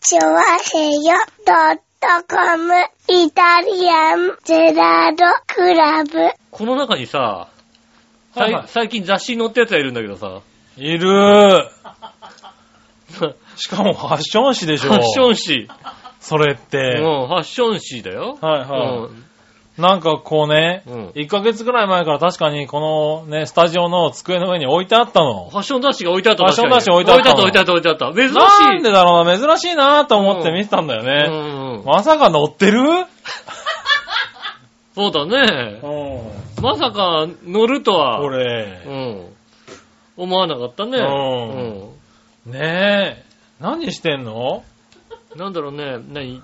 チョワヘヨドットコムイタリアンゼラードクラブ。この中にさ、さはいいはい最近雑誌に載ったやつがいるんだけどさ、いるー。フしかもファッション誌でしょ。ァッション誌。それっうん、て。ファッション誌だよ。はいはい。なんかこうね、うん1ヶ月ぐらい前から確かにこのね、スタジオの机の上に置いてあったうんのフ。ァッション雑誌が置いてあったファッション雑誌置いてあったの置いてあった、置いてあった、置いてあった。な珍しんい。でだろうな、珍しいなと思って見てたんだようね。んうん、まさか乗ってるそうだね。こまさか乗るとは、うれ。ん、思わなかったね。うんねえ。何してんの うんなんだろうね、何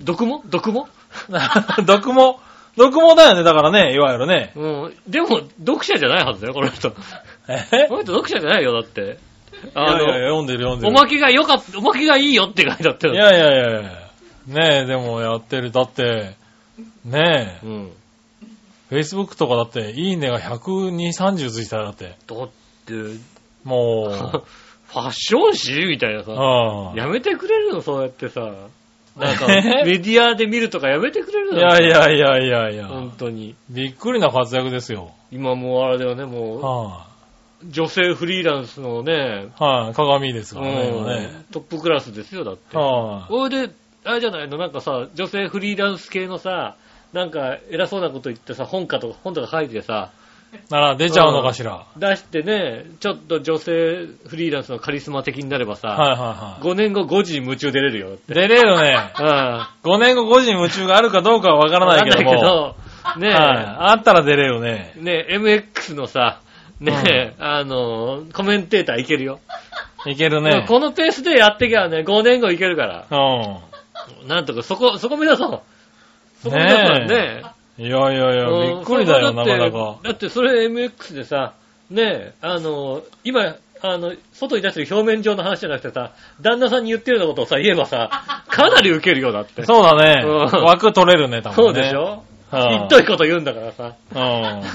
毒も毒も毒も、毒もだよね、だからね、いわゆるね。うん。でも、読者じゃないはずだよ、この人。こえの人読者じゃないよ、だって。いやあいやいやの、読んでる読んでおる。まけが良かった、おまけがいいよって書いてあったよ。いやいやいやいや。ねえ、でもやってる。だって、ねえう、ん。 Facebook とかだって、いいねが120、30ついてたよだって。だって、もフう、ァッション誌みたいな さ。うん。やめてくれるのそうやって さ。なんか、えメディアで見るとかやめてくれるのいやいやいやいやいや。本当に。びっくりな活躍ですよ。今もうあれだよね、もはう、女性フリーランスのね、い、はい、鏡ですからね、今うねん。トップクラスですよ、だって。はい、これで、あれじゃないのなんかさ、女性フリーランス系のさ、なんか偉そうなこと言ってさ、本かとか、本とか書いてさ、なら出ちゃうのかしら。はい、出してね、ちょっと女性フリーランスのカリスマ的になればさ、はいはい。 5年後5時に夢中出れる よ。出れるね。あ5年後5時に夢中があるかどうかはわからないけども。わかんないけどねえ、はい、あったら出れるね。ねえ、MX のさ、ねえ、あの、コメンテーターいけるよ。いけるでもね。このペースでやってきゃね、5年後いけるから。うなんとか、そこ、そこ目指そう。そこ目指そうね。ねん。いやいやいや、うんびっくりだよ、そなれかはだっなかて。だってそれ MX でさ、ねえ、あの、今、あの、外に出してる表面上の話じゃなくてさ、旦那さんに言ってるようなことをさ、言えばさ、かなりウケるよ、だ って。そうだね。うん枠取れるね、多そ分うね。でしょひはっどいこと言うんだからさ。い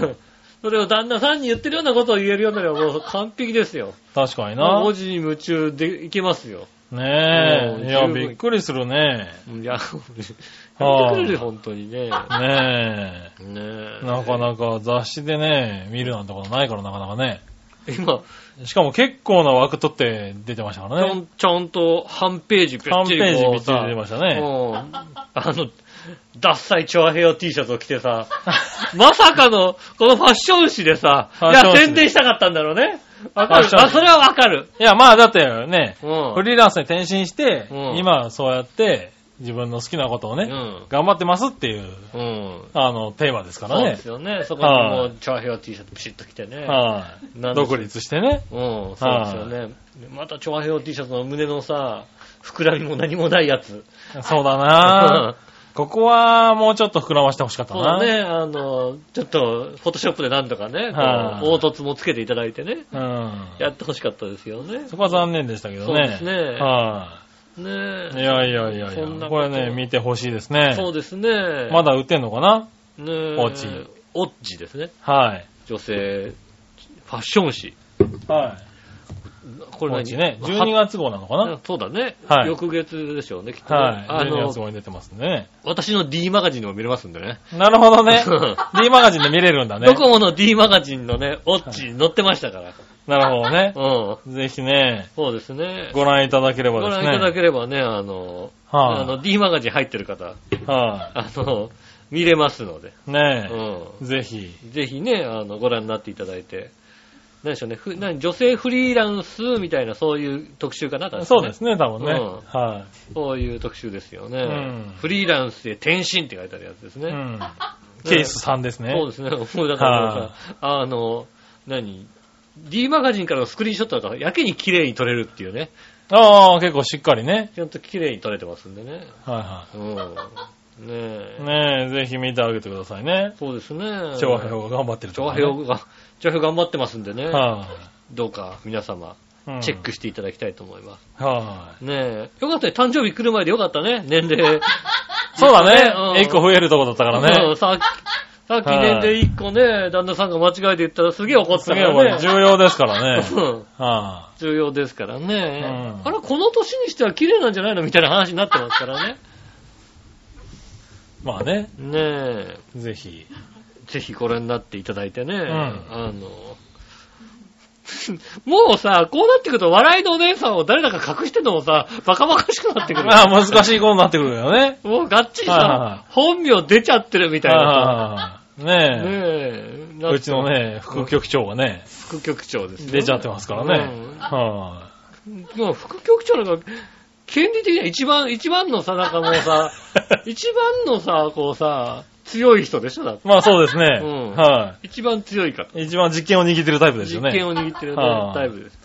うん。それを旦那さんに言ってるようなことを言えるようになればもう完璧ですよ。確かに な。文字に夢中でいけますよ。ねうんえ。いや、十分びっくりするね。いや、やめてはあくれるよ、本当にね。ねねえ。え。なかなか雑誌でね、見るなんてことないからなかなかね。今、しかも結構な枠取って出てましたかちらゃね。んちゃんと半ページぺっ3ちペーりジこ見うつけさ、てましたうね。んあの、ダッサいチョアヘヨ T シャツを着て さ、まさかの、このファッション誌でさ、いファッション誌や、宣伝したかったんだろうね。わかフる。ァッション誌あ、それはわかる。いや、まあだってね、うん。フリーランスに転身して、うん今そうやって自分の好きなことをうね、ん。頑張ってますっていう、うん。あの、テーマですからそうでねす。よね。そこにもう、チョアヘヨ T シャツピシッと着てね。はいなんで独立して ね。うん、そうですよね。また、チョアヘヨ T シャツの胸のさ、膨らみも何もないやつ。そうだな ここはもうちょっと膨らましてほしかったそうだな。ね、あの、ちょっと、フォトショップでなんとかね、こはいう凹凸もつけていただいてね、うん。やってほしかったですよね。そこは残念でしたけどね。そうですねはねい。いやいやいやいそんなや。こことれね、見てほしいですね。そうですね。まだ売ってんのかなねオッチオッチですね。はい。女性、ファッション誌。はい。これこっ何ちね、12月号なのかなはそうだね。はい翌月でしょうね、きっとね。はい。あ12の月、号に出てますんでね。私の D マガジンでも見れますんでね。。なるほどね D マガジンで見れるんだねド。コモの D マガジンのね、オッチに載ってましたから。なるほどね。うん。ぜひね、そうですね。ご覧いただければごです覧ね。いただければね、あの、あはの D マガジン入ってる方、い、はあの、見れますので、い、ねえ、うぜひ。ん。ぜひね、あの、ご覧になっていただいて、何でしょうね、ふ何女性フリーランスみたいなそういう特集かな、確かそうねですね、多分ね。うんはそういう特集ですよね。うんフリーランスで転身って書いてあるやつですい。ね。うん。ケース3ですね。そうですね。もうだからさ、あの、何 D マガジンからのスクリーンショットだから、やけに綺麗に撮れるっていうね。ああ、結構しっかりね。ちゃんと綺麗に撮れてますんでね。はうん。ねえいはい。。ねえ、ぜひ見てあげてくださいね。そうですね。長平が頑張ってると長こね、平が、長平頑張ってますんでね。はどうか皆様、い、うんチェッ。クしていただきたいと思います。はねえ。よかったね。誕生日来る前でよかったね。年齢。い。そうだうん ね。一個増えるとこだったからうんね。ささっきね、で一個ね、旦那さんが間違えて言ったらすげえ怒ってすたげかえらね。重要ですからね。うんは重要ですからね。うんあれ、この年にしては綺麗なんじゃないのみたいな話になってますからね。 いまあね、ねえ。ぜひ。ぜひご覧になっていただいてね。んあの、 もうさ、こうなってくると笑いのお姉さんを誰だか隠してんのもさ、バカバカしくなってくる。まあ難しいことになってくるよね。もうがっちりはいさは、本名出ちゃってるみたいなはいさ。ねねえ。え。うちの。ね、副局長がね、副局長ですよ出ちゃってますからね。うんはもう副局長なんか、権利的には一番、一番のさ、なんかもう さ、一番のさ、こうさ、強い人でしょだって。い。まあそうですね。うんは一番強い方。い。一番実験を握ってるタイプです実よね。権を握ってるねはあタイプです。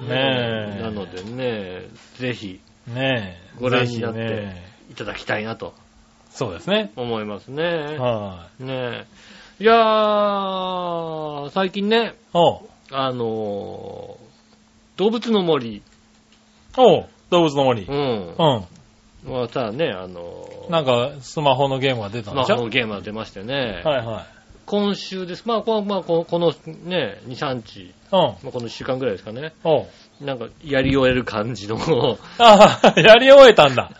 ねえなのでね、ぜひねえ。ご覧になってぜひねいただきたいなとそうですね。思いますね。はねえ。いやー、最近ねい。、おう。あのー動物の森、おう。動物の森う。ん。うまあさあね、あのん。ーなんか、スマホのゲームが出たスんでマしホょのゲームが出ましてね、はいは今週です。まあ、この、まあ、このこのね、2、3日、い。まあ、この1週間ぐらいですかね。うん。おう。なんか、やり終える感じの、 ああ、やり終えたんだ。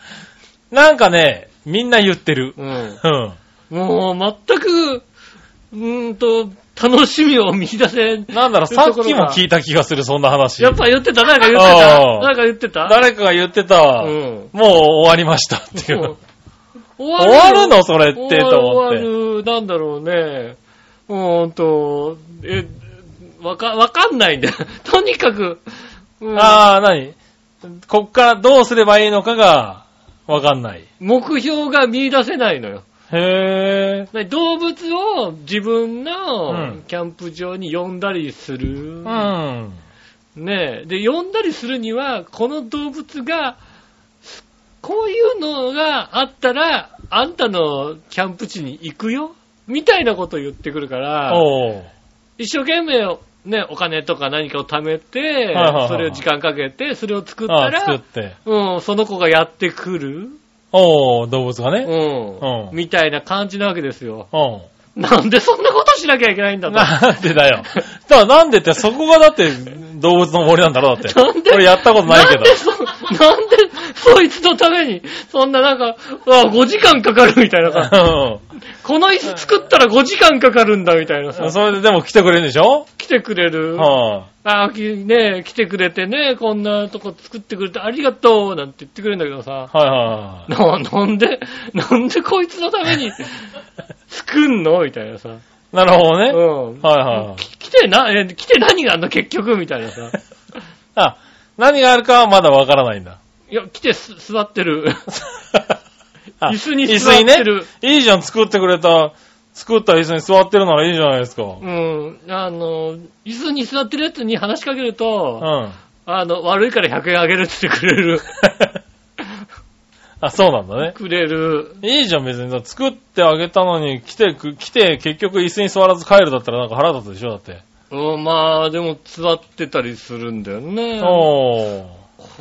なんかね、みんな言ってる。うん。うん。もう、全く、うーんと、楽しみを見出せん。なんだろう、さっきも聞いた気がする、そんな話。やっぱ言ってた、誰か言ってたあ、ー誰か言ってた誰かが言ってた、うん。もう終わりましたっていう。終終わるのそれって、と思っ終て。わる、なんだろうね。うーんと、え、わか、わかんないんだよ。 とにかく、うんああ、なにこっからどうすればいいのかが、わかんない。目標が見出せないのよ。へえ。で動物を自分うのんキャンプ場に呼んだりする。うん。ねえ。で、呼んだりするには、この動物が、こういうのがあったら、あんたのキャンプ地に行くよみたいなことを言ってくるから、おう。一生懸命、ね、お金とか何かを貯めてはいはいは、いそれを時間かけて、それを作ったああ、作っら、て。うん、その子がやってくる、おう、動物がうね。んう、んみたいな感じなわけですよ。うん。なんでそんなことしなきゃいけないんだと。なんで だよ。ただなんでって、そこがだって動物の森なんだろうだって。なんで俺やったことないけどんで。そ、 なんで、そいつのために、そんななんか、うわ、5時間かかるみたいなさ、この椅子作ったら5時間かかるんだみたいなうんさ、それででも来てくれるんでしょ来てくれる。はあきね来てくれてね、こんなとこ作ってくれてありがとうなんて言ってくれるんだけどさ、いはいはな、なんで、なんでこいつのために作んのみたいなさ、い。なるほどうね。ん。はいはいはい。き来てな、え来て何があんの結局みたいなさ。あ、何があるかはまだわからな いんだ。いや、来てす座ってる。あ椅子に座ってる椅子にね。いいじゃん、作ってくれた、作った椅子に座ってるならいいじゃないですか。うん。うん。あの、椅子に座ってるやつに話しかけると、あの、悪いから100円あげるって言ってくれる。あ、そうなんだ ね。くれる。いいじゃん、別にさ。作ってあげたのに、来てく、来て、結局椅子に座らず帰るだったらなんか腹立つでしょ、だって。うん、まあ、でも座ってたりするんだよね。お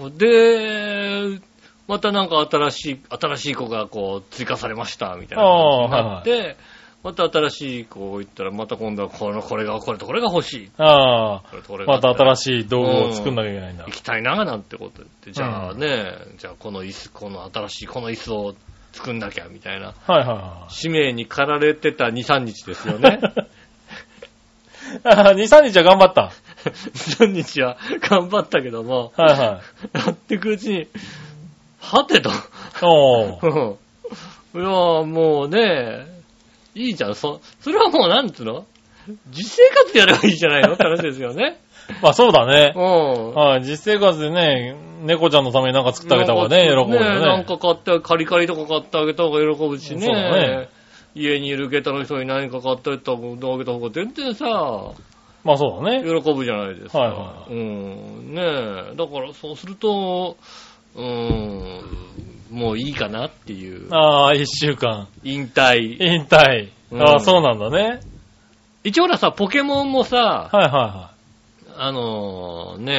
ー。で、またなんか新しい、新しい子がこう追加されました、みたいなおー感じになって、また新しい子行ったら、また今度はこの、これが、これとこれが欲しい。ああ。これとこれが。また新しい。しい道具を作んなきゃいけないんだ行。きたいな、なんてこと言って、じゃあね、じゃあこの椅子、この新しい、この椅子を作んなきゃ、みたいな。はいはいは使命に駆られてた2、3日ですよね。い。あー2、3日は頑張った。 2、3日は頑張ったけども、はいはい。やっていくうちに、はてと。おー。うんいやーもうね、いいじゃん。そ、それはもうなんつうの実生活でやればいいじゃないのって話ですよ ね。まあそうだねう。ん。はい、実生活でね、猫ちゃんのためになんか作ってあげた方がね、喜ぶよね。なんか買って、カリカリとか買ってあげた方が喜ぶしね。そうだね家にいる下駄の人に何か買ってあげた方が全然さ、まあそうだね。喜ぶじゃないですか。はいはうん。ねえ。だからそうすると、うん、もういいかなっていう。ああ、一週間。引退。引退。うあんあ、そうなんだね。一応ほらさ、ポケモンもさ、はいはいはあのーねい。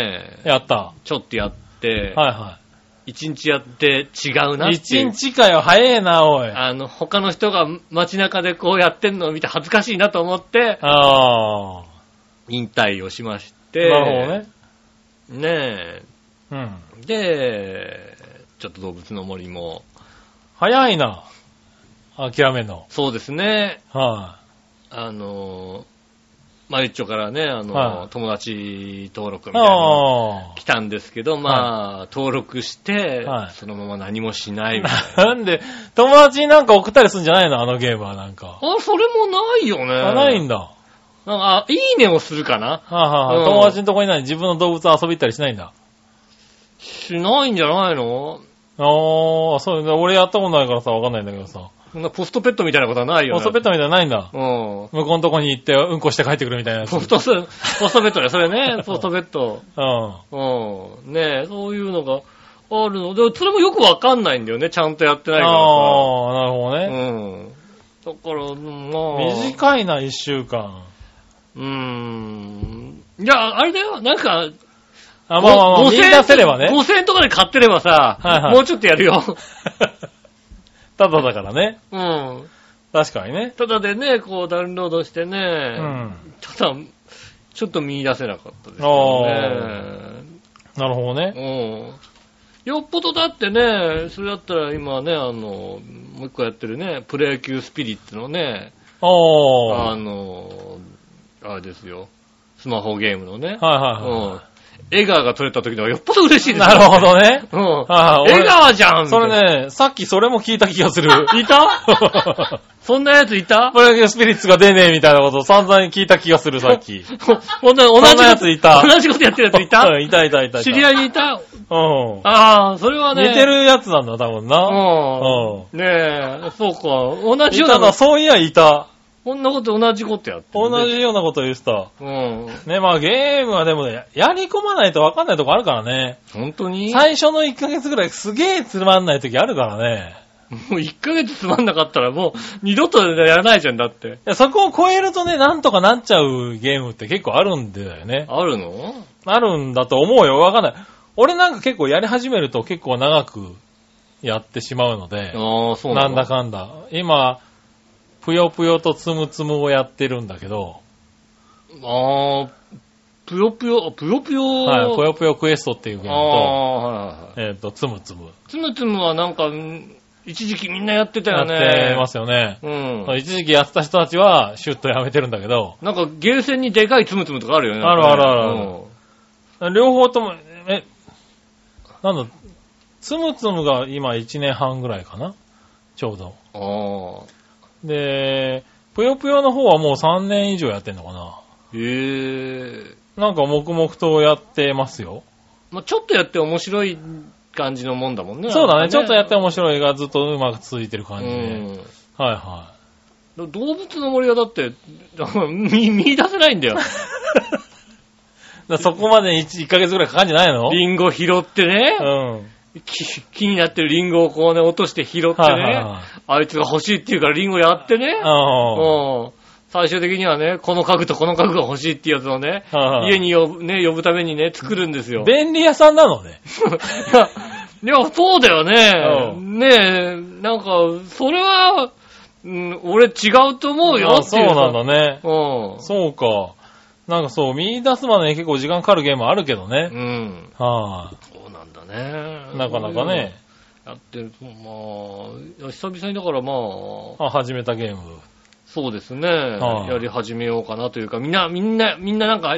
え、やった。はちょっとやって、いは一日やって違うなってい一う。日かよ、早えな、おい。ああの、他の人が街中でこうやってんのを見て恥ずかしいなと思って、あ引退をしましー。て。なるほどね。ねうん。え。で、ちょっと動物の森も、早いな。諦めんの。そうですね、はあの、マユッチョからね、あの、はい友達登録い、みたいなのあ来たんですけど、まあ、登録して、はいそのまま何もしない みたいな。あ。なんで、友達になんか送ったりするんじゃないのあのゲームはなんか。あ、それもないよね。あ、ないんだ。はなんかあ、いいねをするかなあ、はあうん友達のとこに何自分の動物遊び行ったりしないんだ。しないんじゃないのああ、そうだ。俺やったことないからさ、わかんないんだけどさ。そんなポストペットみたいなことはないよオね。ソペットみたいなのないんだ。うん。向こうのとこに行って、うんこして帰ってくるみたいなやつ。うポストス、ポストベッドだよ、それね。ポストベッド。ん。うん。ねえ、そういうのがあるので、それもよくわかんないんだよね、ちゃんとやってないかああ、なるほどらさ。うね。ん。だから、うんまあ。短いな、一週間。うーん。いや、あれだよ、なんか、あ、まあまあまあ、ごみんなせればね。 5000円とかで買ってればさ、はいはいもうちょっとやるよ。 ただだからね。うん。確かにね。ただでね、こうダウンロードしてね、うん。ただ、ちょっと見出せなかったですよおーね。なるほどね。うん。よっぽどだってね、それだったら今ね、あの、もう一個やってるね、プロ野球スピリッツのね、おー。あはいの、あれですよ、スマホゲームのね、はいうんは。笑顔が撮れた時の方がよっぽど嬉しいい。ですよなるほどね。うん。ああ俺笑顔じゃんそみたいなれね、さっきそれも聞いた気がする。い たそんなやついたプロ野球スピリッツが出ねえみたいなことを散々聞いた気がする、さっき。ほほんとに同じそんなやついた 同じことやってる やついた うんいたいたいたいた。知り合いにいたうん。ああ、それはね。似てるやつなんだ、多分な。うん。ねえ、そうか。同いじようたなな、。そういや、いた。こんなこと同じことやってるね同。じようなこと言ってた。うん。ね、まあゲームはでもね、やり込まないと分かんないとこあるからね。本当に最初の1ヶ月ぐらいすげえつまんない時あるからね。もう1ヶ月つまんなかったらもう二度とやらないじゃんだって。いやそこを超えるとね、なんとかなっちゃうゲームって結構あるんだよね。あるのあるんだと思うよ。分かんない。俺なんか結構やり始めると結構長くやってしまうので、ああ、そうななんのだ。かんだ。今、ぷよぷよとつむつむをやってるんだけど、ああ、ぷよぷよ、ぷよぷよ。はい、ぷよぷよクエストっていうゲーあムあ、はいはいはと、えっ、と、つむつむ。い。つむつむはなんか、うん一時期みんなやってたやよっね。てますよね。うん。一時期やってた人たちは、シュッとやめてるんだけど、なんか、ゲーセンにでかいつむつむとかあるよね。あるあるあるあるうん両方とも、え、なんだ、つむつむが今1年半ぐらいかなちょうど。ああ。で、ぷよぷよの方はもう3年以上やってんのかなへえ。なんか黙々とやってますよ。まあ、ちょっとやって面白い感じのもんだもんね。そうだね。ちょっとやっても面白いがずっとうまく続いてる感じで。はいはうん。動物の森はだって、 見、見出せないん だよ。い。だからそこまで 1, ヶ月ぐらいかかんじゃないのリンゴ拾ってね、うん。き気になってるリンゴをこうね、落として拾ってね、はいはいはい。あいつが欲しいって言うからリンゴやってね、あうん。最終的にはね、この家具とこの家具が欲しいってやつをね、あ。家に呼ぶ、ね、呼ぶためにね、作るんですよ。便利屋さんなのね。 いや、いやそうだよね。うねえ、なんか、それは、うん、俺違うと思うよっあてそういう。なんだね。うん。そうか。なんかそう、見出すまでに結構時間かかるゲームあるけどね。うん。はそうなんだね。い。なかなかね。やってる。まあ、いや久々にだからまあ、あ、始めたゲーム。そうですね。あやり始めようかなというか、みんな、みんな、みんななんか、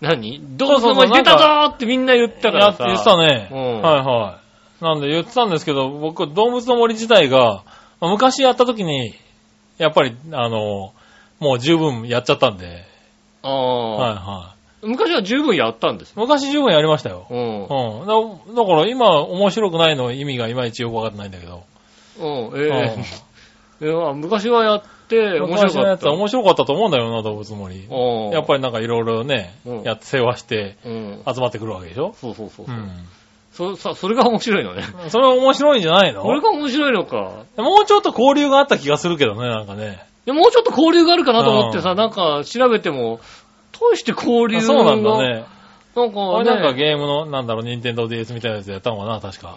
何どそううそぞうそうお前出たぞーってみんな言ったかやらっさ。て言ってたね。うんはいはい。なんで言ってたんですけど、僕、動物の森自体が、まあ昔やった時に、やっぱり、あの、もう十分やっちゃったんで。あはあい、はい。昔は十分やったんですよ。昔十分やりましたよ。うんう。ん。だだから今、面白くないの意味がいまいちよくわかってないんだけど。うん、うえんえいや昔はやって、面白昔のかやっつはた。面白かったと思うんだよな、動物の森。うんやっぱりなんかいろいろねうん、やって世話してうん。集まってくるわけでしょそうそうそううそう。そん。さそれが面白いのね。それは面白いんじゃないのそれもが面白いのか。うちょっと交流があった気がするけどね、なんかね。いやもうちょっと交流があるかなと思ってうさ、んなんか調べても、大して交流あがそうなんだね。なんか、ね、これなんかゲームの、なんだろう、任天堂 DS みたいなやつでやったのかな、確か。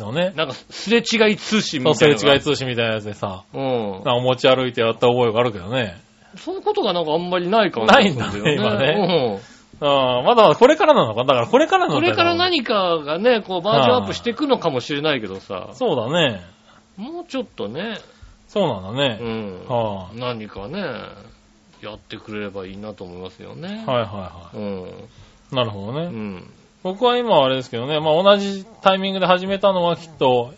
昔のねなんか、すれ違い通信そう、みすたいれなのが。違い通信みたいなやつでさ、うんなん。か持ち歩いてやった覚えがあるけどね。そういうことがなんかあんまりない感じがするないんだね今ね。うんああ、まだまだこれからなのか。だからこれからなのこか。れから何かがね、こうバージョンアップしていくのかもしれないけどさ、そうだね。もうちょっとね、そうなんだうね。ん、は何かね、やってくれればいいなと思いますよね。はいはいはうん。い。なるほどうね。ん。僕は今あれですけどね、まあ同じタイミングで始めたのはきっと、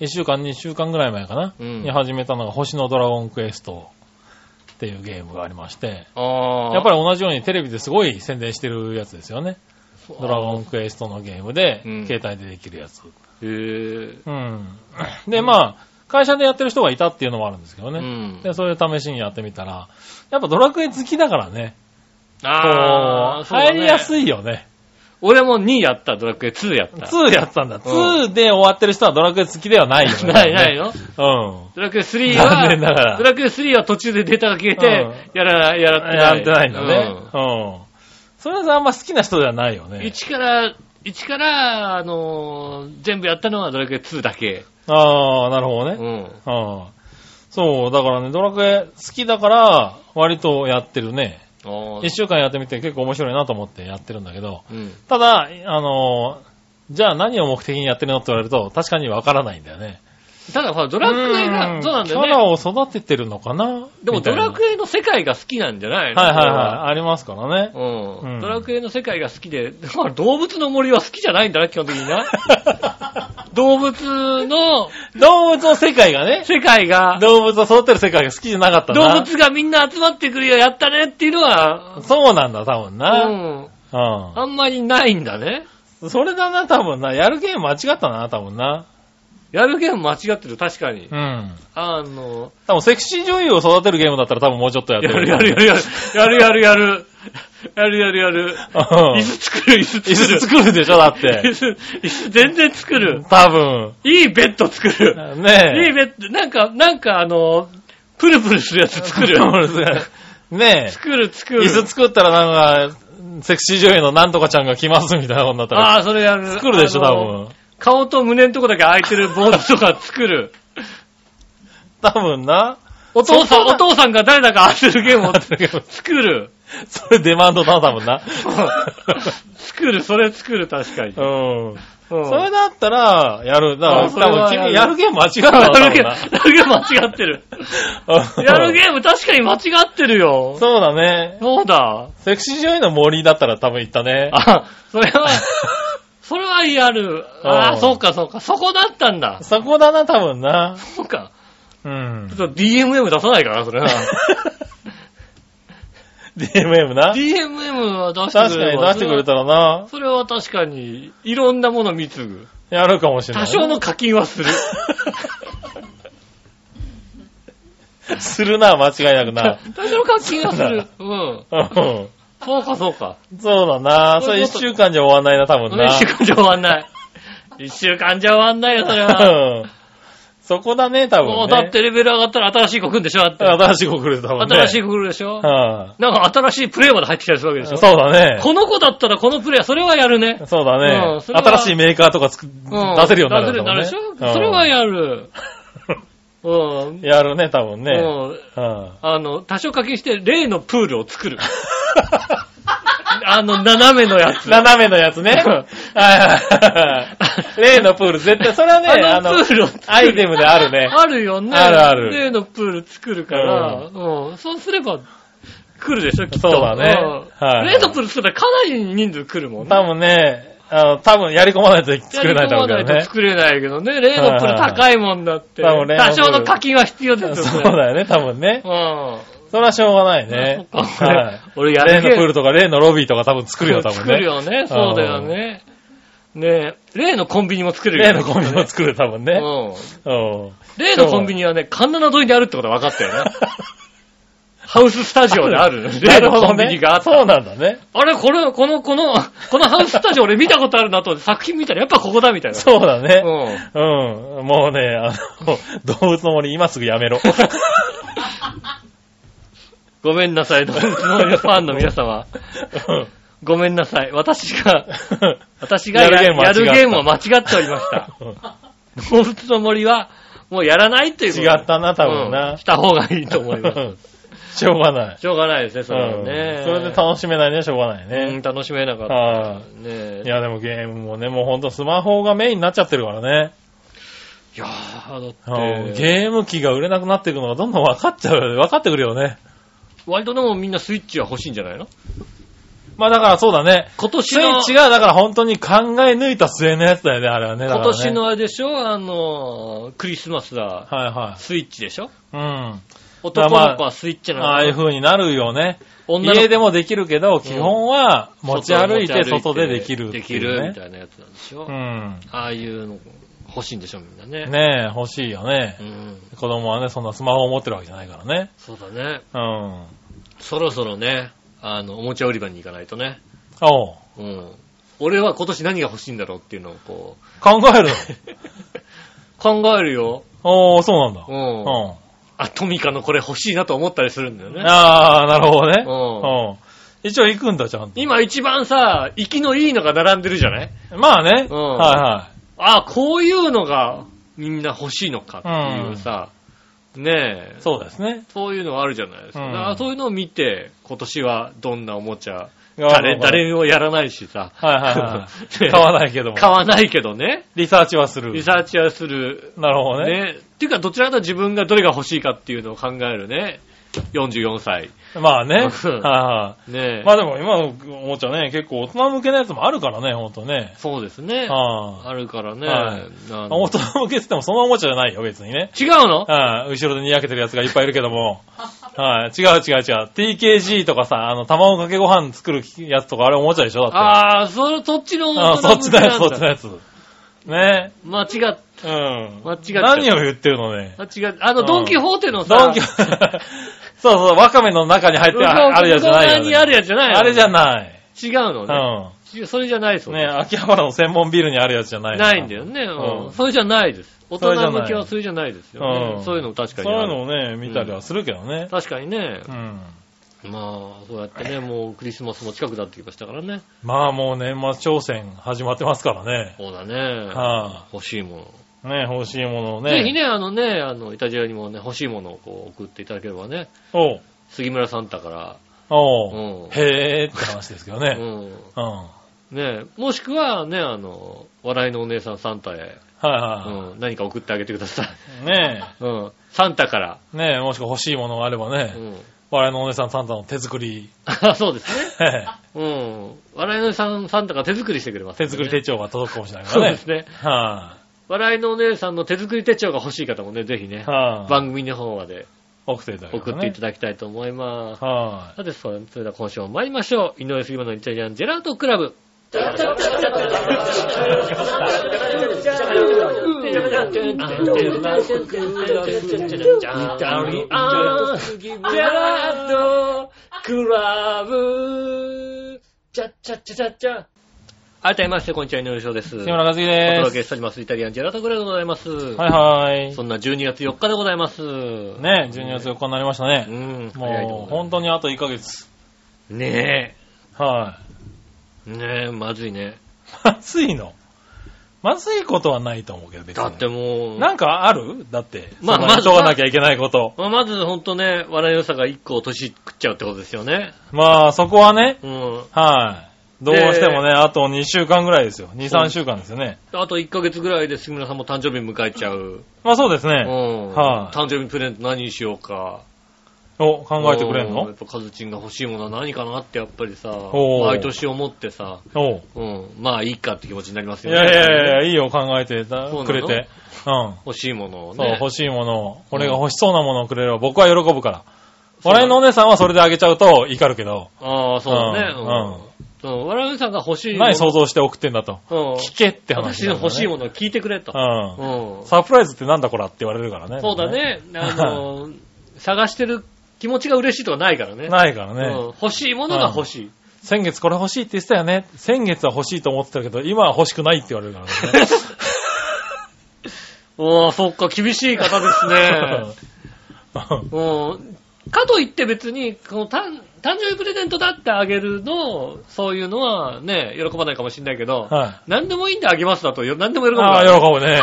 1週間、2週間ぐらい前かな。うんに始めたのが星のドラゴンクエストっていうゲームがありまして、ああ。やっぱり同じようにテレビですごい宣伝してるやつですよね。りドラゴンクエストのゲームでうん、携帯でできるやつ。へえ。うん。で、まあ、会社でやってる人がいたっていうのもあるんですけどうね。ん。で、それで試しにやってみたら、やっぱドラクエ好きだからね、ああ、こう、入りやい。すいよね。俺も2やった、ドラクエ2やった。 2やったんだ。う2で終わってる人はドラクエ好きではないよ ね。ないないのうん。ドラクエ3残念ながは、らドラクエ3は途中でデータが消えて、やら、やらってない。やってないのね。うん。それはあんま好きな人ではないようん。ね。 1から、一から、あのー、全部やったのはドラクエ2だけ。ああ、なるほうどね。ん。うん。そう、だからね、ドラクエ好きだから、割とやってるね。ああ1。週間やってみて結構面白いなと思ってやってるんだけど、うん。ただ、あのー、じゃあ何を目的にやってるのって言われると、確かにわからないんだよね。ただほら、ドラクエんが、そうなんだキャよラね。を育ててるのかなでもドラクエエの世界が好きなんじゃないのはいはいはい、ありますからね。ううんん。ドラクエの世界が好きで、 だから動物の森は好きじゃないんだな、基本的にな。 動物の動物の世界がね、世界が、動物を育てる世界が好きじゃなかった動な。物がみんな集まってくるよ、やったねっていうのは、そうなんだ、多分うな。ん。うん。あんまりないんだね。それだな、多分な。やるゲーム間違ったな、多分な。やるゲーム間違ってる、確かに。うん。あの、多分セクシー女優を育てるゲームだったら多分もうちょっとやってやる。るやるやるやる、やるやるやる、やるやるやる、うん。椅子作る、椅子椅作る。子作るでしょ、だっ椅て。子、椅子全然作る。多分。いいベッド作る。いいねベッド、なんか、なんかあの、プルプルするやつえ。作る。ね作る、作え。る。椅子作ったらなんか、セクシー女優のなんとかちゃんが来ますみたいなことになったら。ああ、それやる。作るでしょ、あ多の分。顔と胸のとこだけ空いてるボードとか作 る。多分な。お父さん、そおうだ父さんが誰だか当てるゲームを 当てるゲーム作る。それデマンドだな、多分な。作る、それ作る、確かに。うん。うんそれだったら、やる。だかあら、それは多分君、ややるるゲーム間違ったやな、多るゲ分ームな。やるゲーム間違って る。やるゲーム確かに間違ってるよ。そうだね。そうだ。セクシー女優の森だったら多分行ったね。あ、それ は、それはやる。あうあ、んそうかそうか。そこだったんだ。そこだな、多分な。そうか。うん。ちょっと DMM 出さないかな、それは。 DMM な。 DMM は出して確くかれにる出してくれたらな。それは確かに、いろんなもの貢ぐ。やるかもしれない。多少の課金はする。するな、間違いな 多くな。少の課金はする。うん。うんそうか、そうか。そうだな。それ一週間じゃ終わんないな、多分な一。週間じゃ終わんない。一週間じゃ終わんないよ、そ れは。うんそこだね、多分ね。もう、だってレベル上がったら新しい子来るんでしょだって。新しい子来る、多分ね。新しい子。子来るでしょはなんか新しいプレイまで入ってきたりするわけい。でそしょうだね。この子だったらこのプレイヤー、それはやるね。そうだうねん。それは新しいメーカーとかつうくん出せるようになる出せるようになるでし多分ねょそれはやる。 うん。やるね、多分ね。うんうんあの、多少課金して、例のプールを作る。 あの、斜めのやつ。斜めのやつね。はいはいはい。例のプール、絶対、それはね、あ あのの、プールを作る。アイテムで あるね。あるよね。あるある例のプール作るから、うん。そうすれば、来るでしょ、きっと。そうだねうんはい例のプール作ったらかなり人数来るもんね。多分ね、あの、多分やり込まないと作れないだろうけやりど込まないねと。作れないけどね。例のプール高いもんだって。はいはいはい多少の課金は必要ですよ、 そうね。だよね、多分ね。うん。それはしょうがないね。あそっか俺はい俺やる例ねのプールとか、例のロビーとか多分作るよ、多分ね。作るよね。そうだよね。ねえ、例のコンビニも作れる例のコンビニも作る、多分ね。うん。うん。例のコンビニはね、神奈川沿いにあるってことは分かったよね。ハウススタジオ である。 な例るのほコどンビねニがあ。ったそうなんだね。あれ、これ、この、この、このハウススタジオ俺見たことあるなと思って作品見たらやっぱここだみたいな。そうだね。うん。うん。もうね、あの、 動物の森今すぐやめろ。ごめんなさい、動物の森ファンの皆様。うんごめんなさい。私が、私がやるやゲームはや違ったるゲームを間違っておりました。 動物の森は、もうやらないということで違ったな多分なうんした方がいいと思い ましょうがない。す。しょうがないですね、それはうね。んそれで楽しめないね、しょうがないうんね。楽しめなかったはねい。い。や、でもゲームもね、もうほんとスマホがメインになっちゃってるからね。いやー、だうんって、ゲーム機が売れなくなっていくのがどんどん分かっちゃう、分かってくるよね。割とでもみんなスイッチは欲しいんじゃないのまあだからそうだね。今年スイの、ッチがだから本当に考え抜いた末のやつだよね、あれはね。だか今らね年。のあれでしょあのー、クリスマスだ、はいはスイッチでしょい。うん。男の子はスイッチなのああいう風になるよね。女の家子でもできるけど、基本は持ち歩いて外外でできるってでいう、ね。きるみたいなやつなんでしょ、うん。ああいうの欲しいんでしょみんなね。ねえ、欲しいよねう。ん。子供はね、そんなスマホを持ってるわけじゃないからね。そうだね。うん。そろそろね、あの、おもちゃ売り場に行かないとね。おううん。俺は今年何が欲しいんだろうっていうのをこう、考える の 考えるよ。おー、そうなんだ。う。うんん。あ、トミカのこれ欲しいなと思ったりするんだよね。あー、なるほどね。うん。うん。一応行くんだ、ちゃんと。今一番さ、行きのいいのが並んでるじゃないまあね。うんはあ、こういうのがみんな欲しいのかっていうさ、ねえいは。い。そうですね。そういうのがあるじゃないですか。うんだからそういうのを見て、今年はどんなおもちゃ、誰、誰もやらないしさ、はいはいはね い。買わないけども。買わないけどね、リサーチはする。リサーチはする。なるほどね。ね。っていうか、どちらかというと自分がどれが欲しいかっていうのを考えるね。44歳。まあね。はいうんはねい。まあでも今のおもちゃね、結構大人向けのやつもあるからね、ほんとね。そうですね。ああるからね。はいああの大人向けって言ってもそのおもちゃじゃないよ、別にね。違うのああ後ろでにやけてるやつがいっぱいいるけども。はい、違う違う違う。TKG とかさ、あの、卵かけご飯作るやつとか、あれおもちゃでしょだって。ああ、そ、そっちのああ、大人 そっ向ちけのなんやつ、そっちのやつ。ね間違っ、え。うん。間違っちゃった何を言ってるのね。間違っ、あの、うんドンキホーテのさ、ドンキ、そうそう、ワカメの中に入ってああるやつじゃないよ、にあるね。やつじゃないあれじゃない。違うのうね。ん。違うそれじゃないそうね秋葉原の専門ビルにあるやつじゃない。ないんだよ。ね。うんうんそれじゃないです。大それじゃな人い向けはそれじゃないですよね、うんそういうのも確かそうにあいうるのをね、見たりはするけどね。確かにね。うん。まあ、そうやってね、もうクリスマスも近くなってきましたからね。まあもう年末挑戦始まってますからね。そうだね。は欲しいもあ、ね、欲しいものをの。ね。ぜひね、あのね、あの、イタジラにもね、欲しいものをこう送っていただければね、おう。杉村サンタから、おう。うんへーって話ですけどうね。ん。うん。はねもしくはね、あの、笑いのお姉さんサンタへ、いうはん、何か送ってあげてください。 い。ねうん。サンタから。え。ねえ、もしくは欲しいものがあればうね、ん。 我々のお姉さんサンタの手作り、 あそうですね。へへうん。笑いのお姉さんサンタが手作りしてくれます、手作り手帳。帳が届くかもしれないかそうらでねす。ね。は笑いのお姉さんの手作り手帳が欲しい方もね、ぜひねい。、は番組の方までい。送っていただければ送ねっていただきたいと思います。はさて、それでは今週も参りましょう。井上杉村のイタリアンジェラートクラブ。改めまして、こんにちは、井上翔です。い。木村和樹おで届けす。しております。イタリアンジェラートクラブでございます。はいはい。そんな12月4日でございます。ね。ねえ、12月4日になりましたうね。ん。早いともこう、だね本当にあと1ヶ月。ねはい。え。ねえ、まずいね。まずいのまずいことはないと思うけど、別に。だってもう、なんかあるだって。まあそのまず急がなきゃいけないこと。まあまずほんとね、笑いの良さが1個年食っちゃうってことですよね。まあ、そこはね、うん。はい。どうしてもね、あと2週間ぐらいですよ。2、3週間ですよね。あと1ヶ月ぐらいで杉村さんも誕生日迎えちゃう。まあそうですうね。ん。はい誕生日プレゼント何にしようか。お、考えてくれんうんやのっぱカズチンが欲しいものは何かなってやっぱりさ、おー毎年思ってさ、おううん。まあいいかって気持ちになりますいよね。やいやいや、いいよ、考えてそたうなのくれて。うん。欲しいものをそう、ね。欲しいものを、俺が欲しそうなものをくれれば僕は喜ぶから。俺のお姉さんはそれであげちゃうと怒るけど、ああ、そうだね。ううんん。ううんんそう我々さんが欲しいもの。何想像して送ってんだと。うん。聞けって私話だのからね。欲しいものを聞いてくれと。うんう。ん。サプライズってなんだこらって言われるからね。そうだ。ね。あ の、探してる気持ちが嬉しいとかないからね。ないからうね。ん欲しいものが欲しい。先月これ欲しいって言ってたよね。先月は欲しいと思ってたけど、今は欲しくないって言われるか らね。おー、そっか、厳しい 方ですね。うん。かといって別に、この単、誕生日プレゼントだってあげるの、そういうのはね、喜ばないかもしれないけど、は何でもいいんであげますだと、よ何でも喜ぶい。かああ、ら。喜ぶね。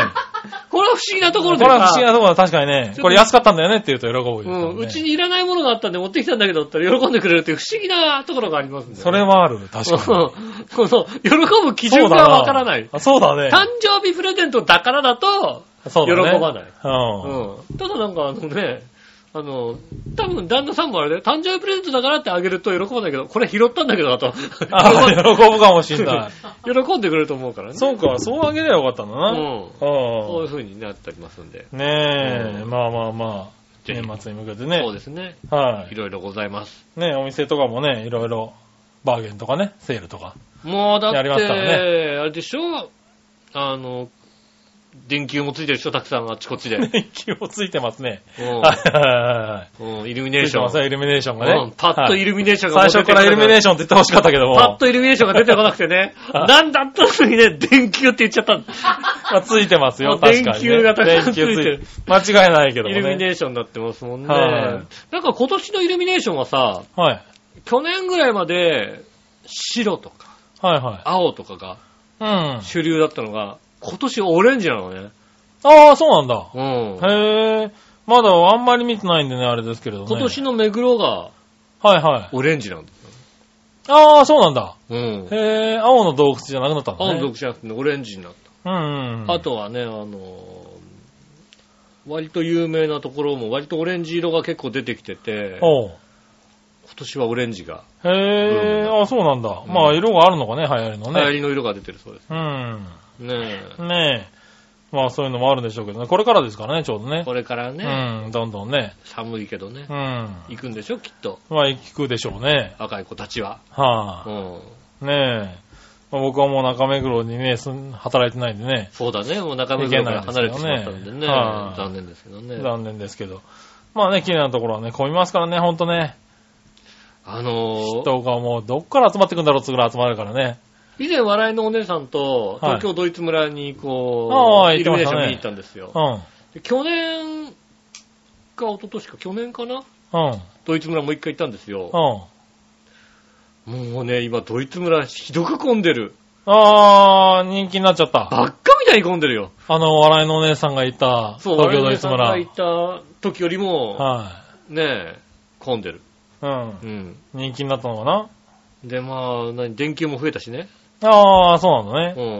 これは不思議なとこころでれさは不思議なところだ、確かにね。これ安かったんだよねって言うと喜ぶよ、うん、うちに。にいらないものがあったんで持ってきたんだけどって言ったら喜んでくれるっていう不思議なところがありますんで、ね。それはある、確かに。うんこの、喜ぶ基準がわからない。あそうだね。誕生日プレゼントだからだと、そうだね。喜ばないうん。うん。ただなんかあのね、あの、多分旦那さんもあれで、誕生日プレゼントだからってあげると喜ばないけど、これ拾ったんだけどなと。ああ、喜ぶかもしんない。 喜んでくれると思うからね。そうか、そうあげればよかったんだな。うんそういうう風になっておりますんで。ん。ねえ、うんまあまあまあ、ぜひ年末に向けてそうね。ですね。はいろいろございます。い。ねお店とかもね、いろいろ、バーゲンとかね、セールとか。 もうだって、やりますからねあれでしょあの、電球もついてるでしょたくさんあっちこっ ちで。電球もついてますね。うはいはいはいはい。んうん。イルミネテーション。イルミネーションがうんね。パッとイルルミネーションが最初からイルミネーシションって言ってほしかったけども。パッとイルミネーションが出てこなくてね。なんだったのにね、電球って言っちゃったんだ。まあついてますよ、もう確かに、ね。電球がたくさんついてる 電球つい間違いないけどもイね。ルミネーションになってますもんね。はいなんか今年のイルミネーションはさ、はい。去年ぐらいまで白とかはいはい。青とかがうん。主流だったのが、今年オレンジなのね。ああ、そうなんだ。うん。へえ。まだあんまり見てないんでね、あれですけれどね。今年の目黒がはいはい。オレンジなんだああ、そうなんだ。よ。うん。へえ、青の洞窟じゃなくなったのね。青の毒じゃなくてねオレンジになっうん、うん。た。あ、とはね、あのー、割と有名なところも割とオレンジ色が結構出てきてて、今おう。年はオレンジが、へえ、うあそうなんだ。んまあ、色があるのかね、流行り流行のね。りの色が出てるそうでうす。ねえ。ん。ねえ。まあ、そういうのもあるんでしょうけどね。これからですからね、ちょうどね。これからね、うん、どんどんね。寒いけどねうん。、ま行くんでしょ、きっと。あ、聞くでしょうね。若い子たちは。うはあ。ん。ねえ。まあ僕はもう中目黒にね、すん働いてないんでね。そうだね、もう中目黒から離れてしまったんでいね。けないですよねはい残念ですけどね。残念ですけど。まあね、綺麗なところはね、混みますからね、ほんとね。あのー、人がもう、どっから集まってくんだろうってぐらい集まるからね。以前笑いのお姉さんと、はい東京ドイツ村にこあう、あイ行ってルミまネーしション見にたね行ったんですよう。ん。で去年か一昨年か、去年かなうん。ドイツ村もう一回行ったんですよ。うん。もうね、今ドイツ村ひどく混んでる。あー、人気になっちゃった。ばっかみたいに混んでるよ。あの、笑いのお姉さんがいた、そう、東京ドイツ村。は笑いいのお姉。さんがいた時よりも、ねえ、混んでる。うんう。ん。人気になったのかなで、まあ、何、電球も増えたしね。あー、そうなんだうね。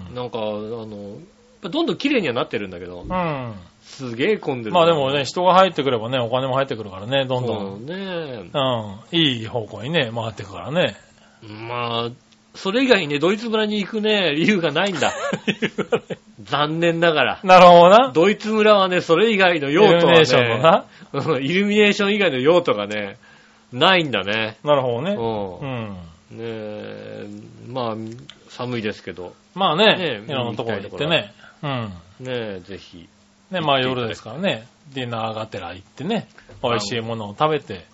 んう。ん。なんか、あの、どんどん綺麗にはなってるんだけどう、ん。すげえ混んでる。まあでもね、、人が入ってくればね、お金も入ってくるからね、どんど。そうんね。うん。いい方向にね、回ってくか らね。まあ、それ以外にね、ドイツ村に行くね、理由がない んだ。残念ながら。なるほどな。ドイツ村はね、それ以外のイ用ル途ミはネーションのね、な。うんイルミネーション以外の用途がね、ないんだね。なるほどう。ね。うんねん。え、まあ、寒いですけど、まあねね、いろんなところ行ってね。うん。ねえ、ぜひ。ね、まあ夜ですからね、ディナーがてら行ってね、美味しいものを食べて、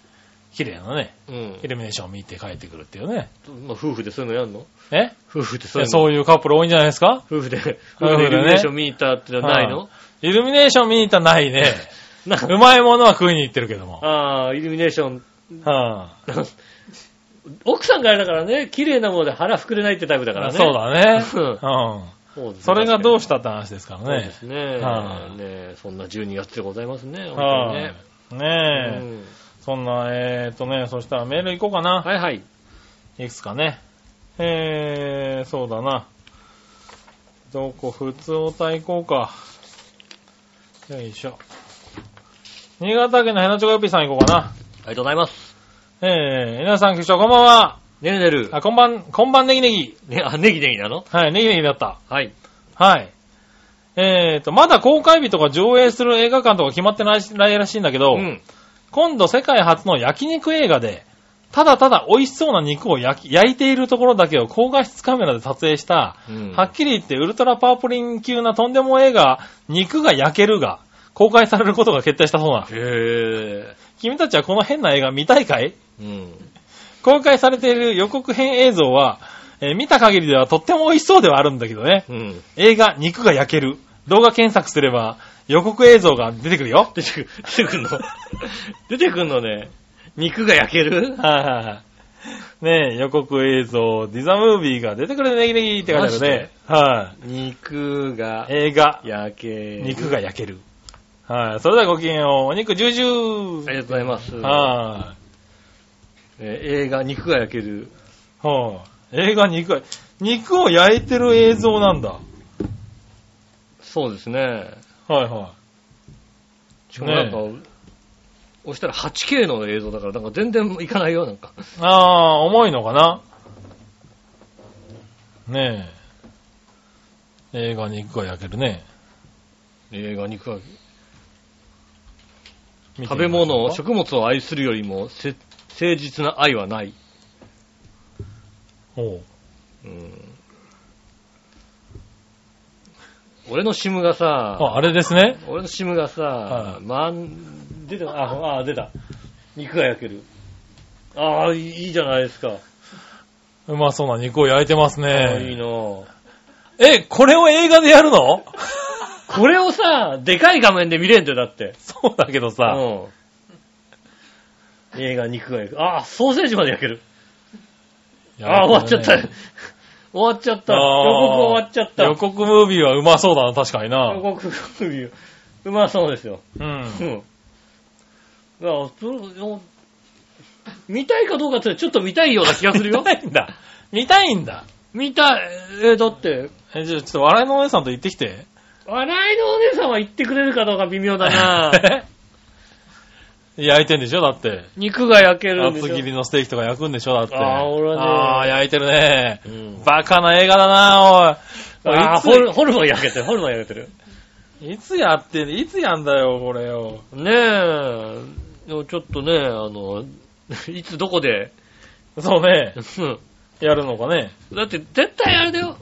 綺麗なね、うんイ。ルミネーションを見て帰ってくるっていうね。まあ、夫婦でそういうのやんのえ夫婦でそういうのそういうカップル多いんじゃないですか夫婦で、夫夫婦で婦でねイルミネーション見に行ったってのはないの、イルミネーション見に行ったらないね。 なうまいものは食いに行ってるけども。ああ、イルミネーション、は奥さんがあれだからね、綺麗なもので腹膨れないってタイプだからあね。そうだね。うんうん。そうですね。それがどうしたたって話ですからそうでね。すね。はねえそんな12月でございますね、本当にはねい。。ねえ。そんな、えーとね、そしたらメール行こうかうんな。はいはい。いくつかね。えー、そうだな。どこ、普通おた行こうか。よいしょ。新潟県のヘナチョコヨッピーさん行こうあかりがとうございます。な。えー、皆さん、局長こんばんは。ねるねる。あ、こんばん、こんばんネギネギ。ね、あ、ネギネギなのはい、ネギネギだった。はい。はい。えーと、まだ公開日とか上映する映画館とか決まってないないらしいんだけど、うん。今度世界初の焼肉映画で、ただただ美味しそうな肉を焼き焼いているところだけを高画質カメラで撮影した、うんはっきり言ってウルトラパープリン級なとんでも映画、肉が焼けるが、公開されることが決定したそうな。へえ。君たちはこの変な映画見たいかいうん。公開されている予告編映像は、えー見た限りではとっても美味しそうではあるんだけどね。うん。映画、肉が焼ける。動画検索すれば、予告映像が出てくるよ。 出てくる、出てくんの出てくんのね。肉が焼けるはいはいはい。ねえ、予告映像、ディザムービーが出てくるねぎねぎって書いてあるね。は肉がい。映画、焼ける。肉が焼ける。はい。それではごきげんよう。お肉ジュージュありがとうございます。ー。はえー映画、肉が焼ける。い。はあ、映画肉が、肉を焼いてる映像なんだ。そうですね。はいはい。しかもなんか、押したら 8K の映像だから、なんか全然いかないよ、なんか。ああ、重いのかなねえ。映画肉が焼けるね。映画、肉が焼ける。見て食みべましょ物、うか食物を愛するよりも、せ誠実な愛はない。おううん俺のシムがさ、あ、あれですね。俺のシムがさは、まん、出た、あ、あ、出た。肉が焼ける。ああ、いいいいじゃないですか。うまそうな肉を焼いてますああいいね。なぁえ、これを映画でやるの これをさ、でかい画面で見れんだよ、だって。そうだけどさ。うん。映画、肉が焼く。ああ、ソーセージまで焼ける。ああ、や終ばわっいねちゃった。終わっちゃった。あ予ー告終わっちゃった。予予告ムービーはうまそうだな、確かにな。告ムービーうまそうですよ。うん。うん。だからその見たいかどうかってちょっと見たいような気がするよ 見。たいんだ。見たいんだ。見たい。えーだって、え、じゃあちょっと笑いのお姉さんと行ってきて。笑いのお姉さんは言ってくれるかどうか微妙だな 焼いてんでしょだって。肉が焼けるんでしょ厚切りのステーキとか焼くんでしょだって。あー俺はねあー焼いてるね。うんバカな映画だなおい。あーいつホル、ホルモン焼けてる、ホルモン焼けてる。いつやってんいつやんだよ、これよ。ねえ、でもちょっとね、あの、 いつどこで、 そうね。うんやるのかね。だって絶対あれだよ。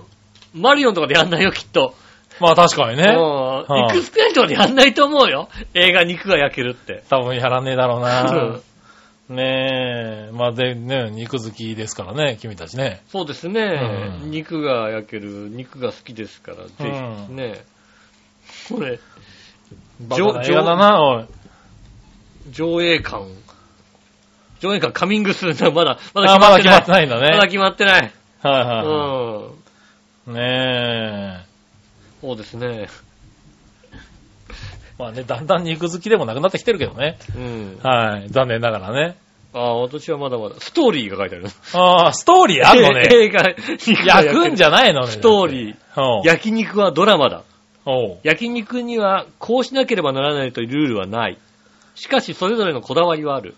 マリオンとかでやんないよ、きっと。まあ確かうんにね。いエクスペンとかでやんないと思うよ。映画肉が焼けるって。多分やらねえだろうう。なんねえ。まあで、ね、肉好きですからね、君たちね。 そうですね、うん肉が焼ける、肉が好きですから、ぜひね。これ、バカな映画だな、おい。上映館。上映館カミングするんだ。まだ、まだあーまだ決決まっまっててない。ないんだまだね。決まってない。はいはいはうん。い。ねそうですね。え。まあね、だんだん肉好きでもなくなってきてるけどね。うん。はい。残念ながらね。ああ、私はまだまだ。ストーリーが書いてある。ああ、ストーリー ある のね。映画、肉が焼くんじゃないのね。ストーリー。ー焼肉はドラマだ。おう。焼肉にはこうしなければならないというルールはない。しかしそれぞれのこだわりはある。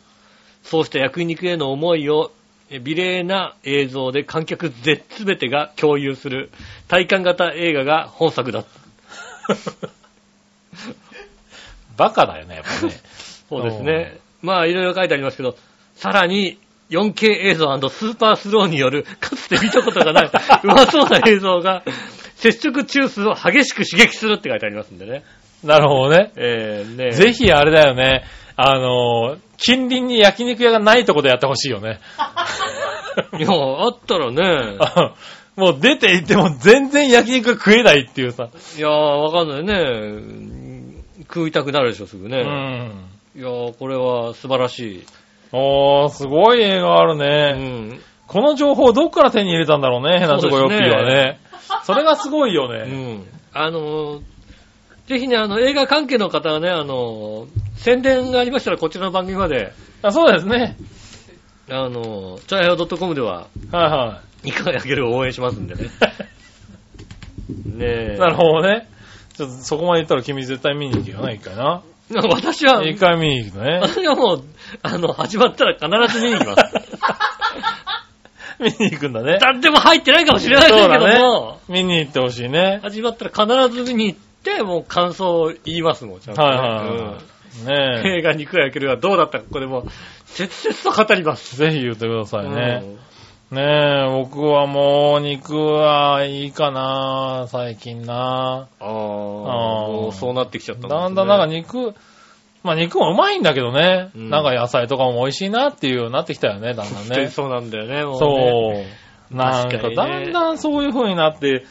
そうした焼肉への思いをえ美麗な映像で観客全てが共有する体感型映画が本作だ。バカだよね、やっぱね。そうですね。まあいろいろ書いてありますけど、さらに 4K 映像スーパースローによるかつて見たことが ないうまそうな映像が接触中枢を激しく刺激するって書いてありますんでね。 なるほどね。えー、ねぜひあれだよね、あのー、近隣に焼肉屋がないとこでやってほしいよね。 いや、あったらね。もう出て行っても全然焼肉が食えないっていうさ。いやー、わかんないね。うん食いたくなるでしょ、すぐうね。ん。いやー、これは素晴らしい。おー、すごい映画あるうね。ん。この情報どっから手に入れたんだろうね、変なチョコヨッピーはね。それがすごいようね。ん。あのー、ぜひね、あの、映画関係の方はね、あのー、宣伝がありましたら、こちらの番組まで、あそうですね。あのー、チャイハドットコムでは、はいはいかが焼けるを応援しますん でね。ねえ。い。なるほどね。ちょっとそこまで言ったら君絶対見に行くよな、一回な。ほど。私は、一回見に行くね。私はもう、あの、始まったら必ず見に行きます。 見に 行くんだね。誰でも入ってないかもしれないですそうけども、だね。見に行ってほしいね。始まったら必ず見に行って、もう感想を言いますもん、ちゃんとね、はいはい。うんね映画肉焼けるはどうだったか、これもう、切々と語ります。え。ぜひ言ってくださいね。ねえ、僕はもう肉はいいかな、最近な。ああ、もうそうなってきちゃっただんだんなんかん肉、まあ肉もうまいんだけどね。うんなんか野菜とかも美味しいなっていうようになってきたよね、だんだんね。ね。そうなんだよね、もうね。そう。な確んかかにねだんだんそういう風になって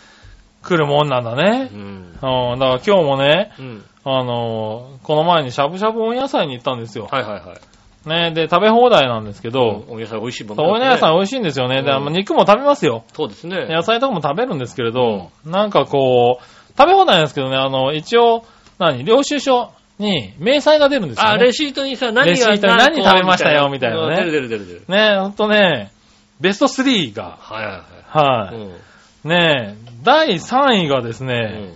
くるもんなんだね。うん。うん、だから今日もね、うん。あのーこの前にしゃぶしゃぶ温野菜に行ったんですよ。はいはいはい。ね、で、食べ放題なんですけど、お野菜美味しいもんそうお稲荷さん。ん美味しいんですよね。で、うんあの肉も食べますよ。そうですね。野菜とかも食べるんですけれど、なんかこう、食べ放題なんですけどね、あの、一応、何、領収書に明細が出るんですよ、ね。あ、レシートにさ、何レシーがトに何食べましたよみたいなねうん出る出る出る出る。ね、ほんとね、ベスト3が、はいはいははいい。。うんね第3位がですね、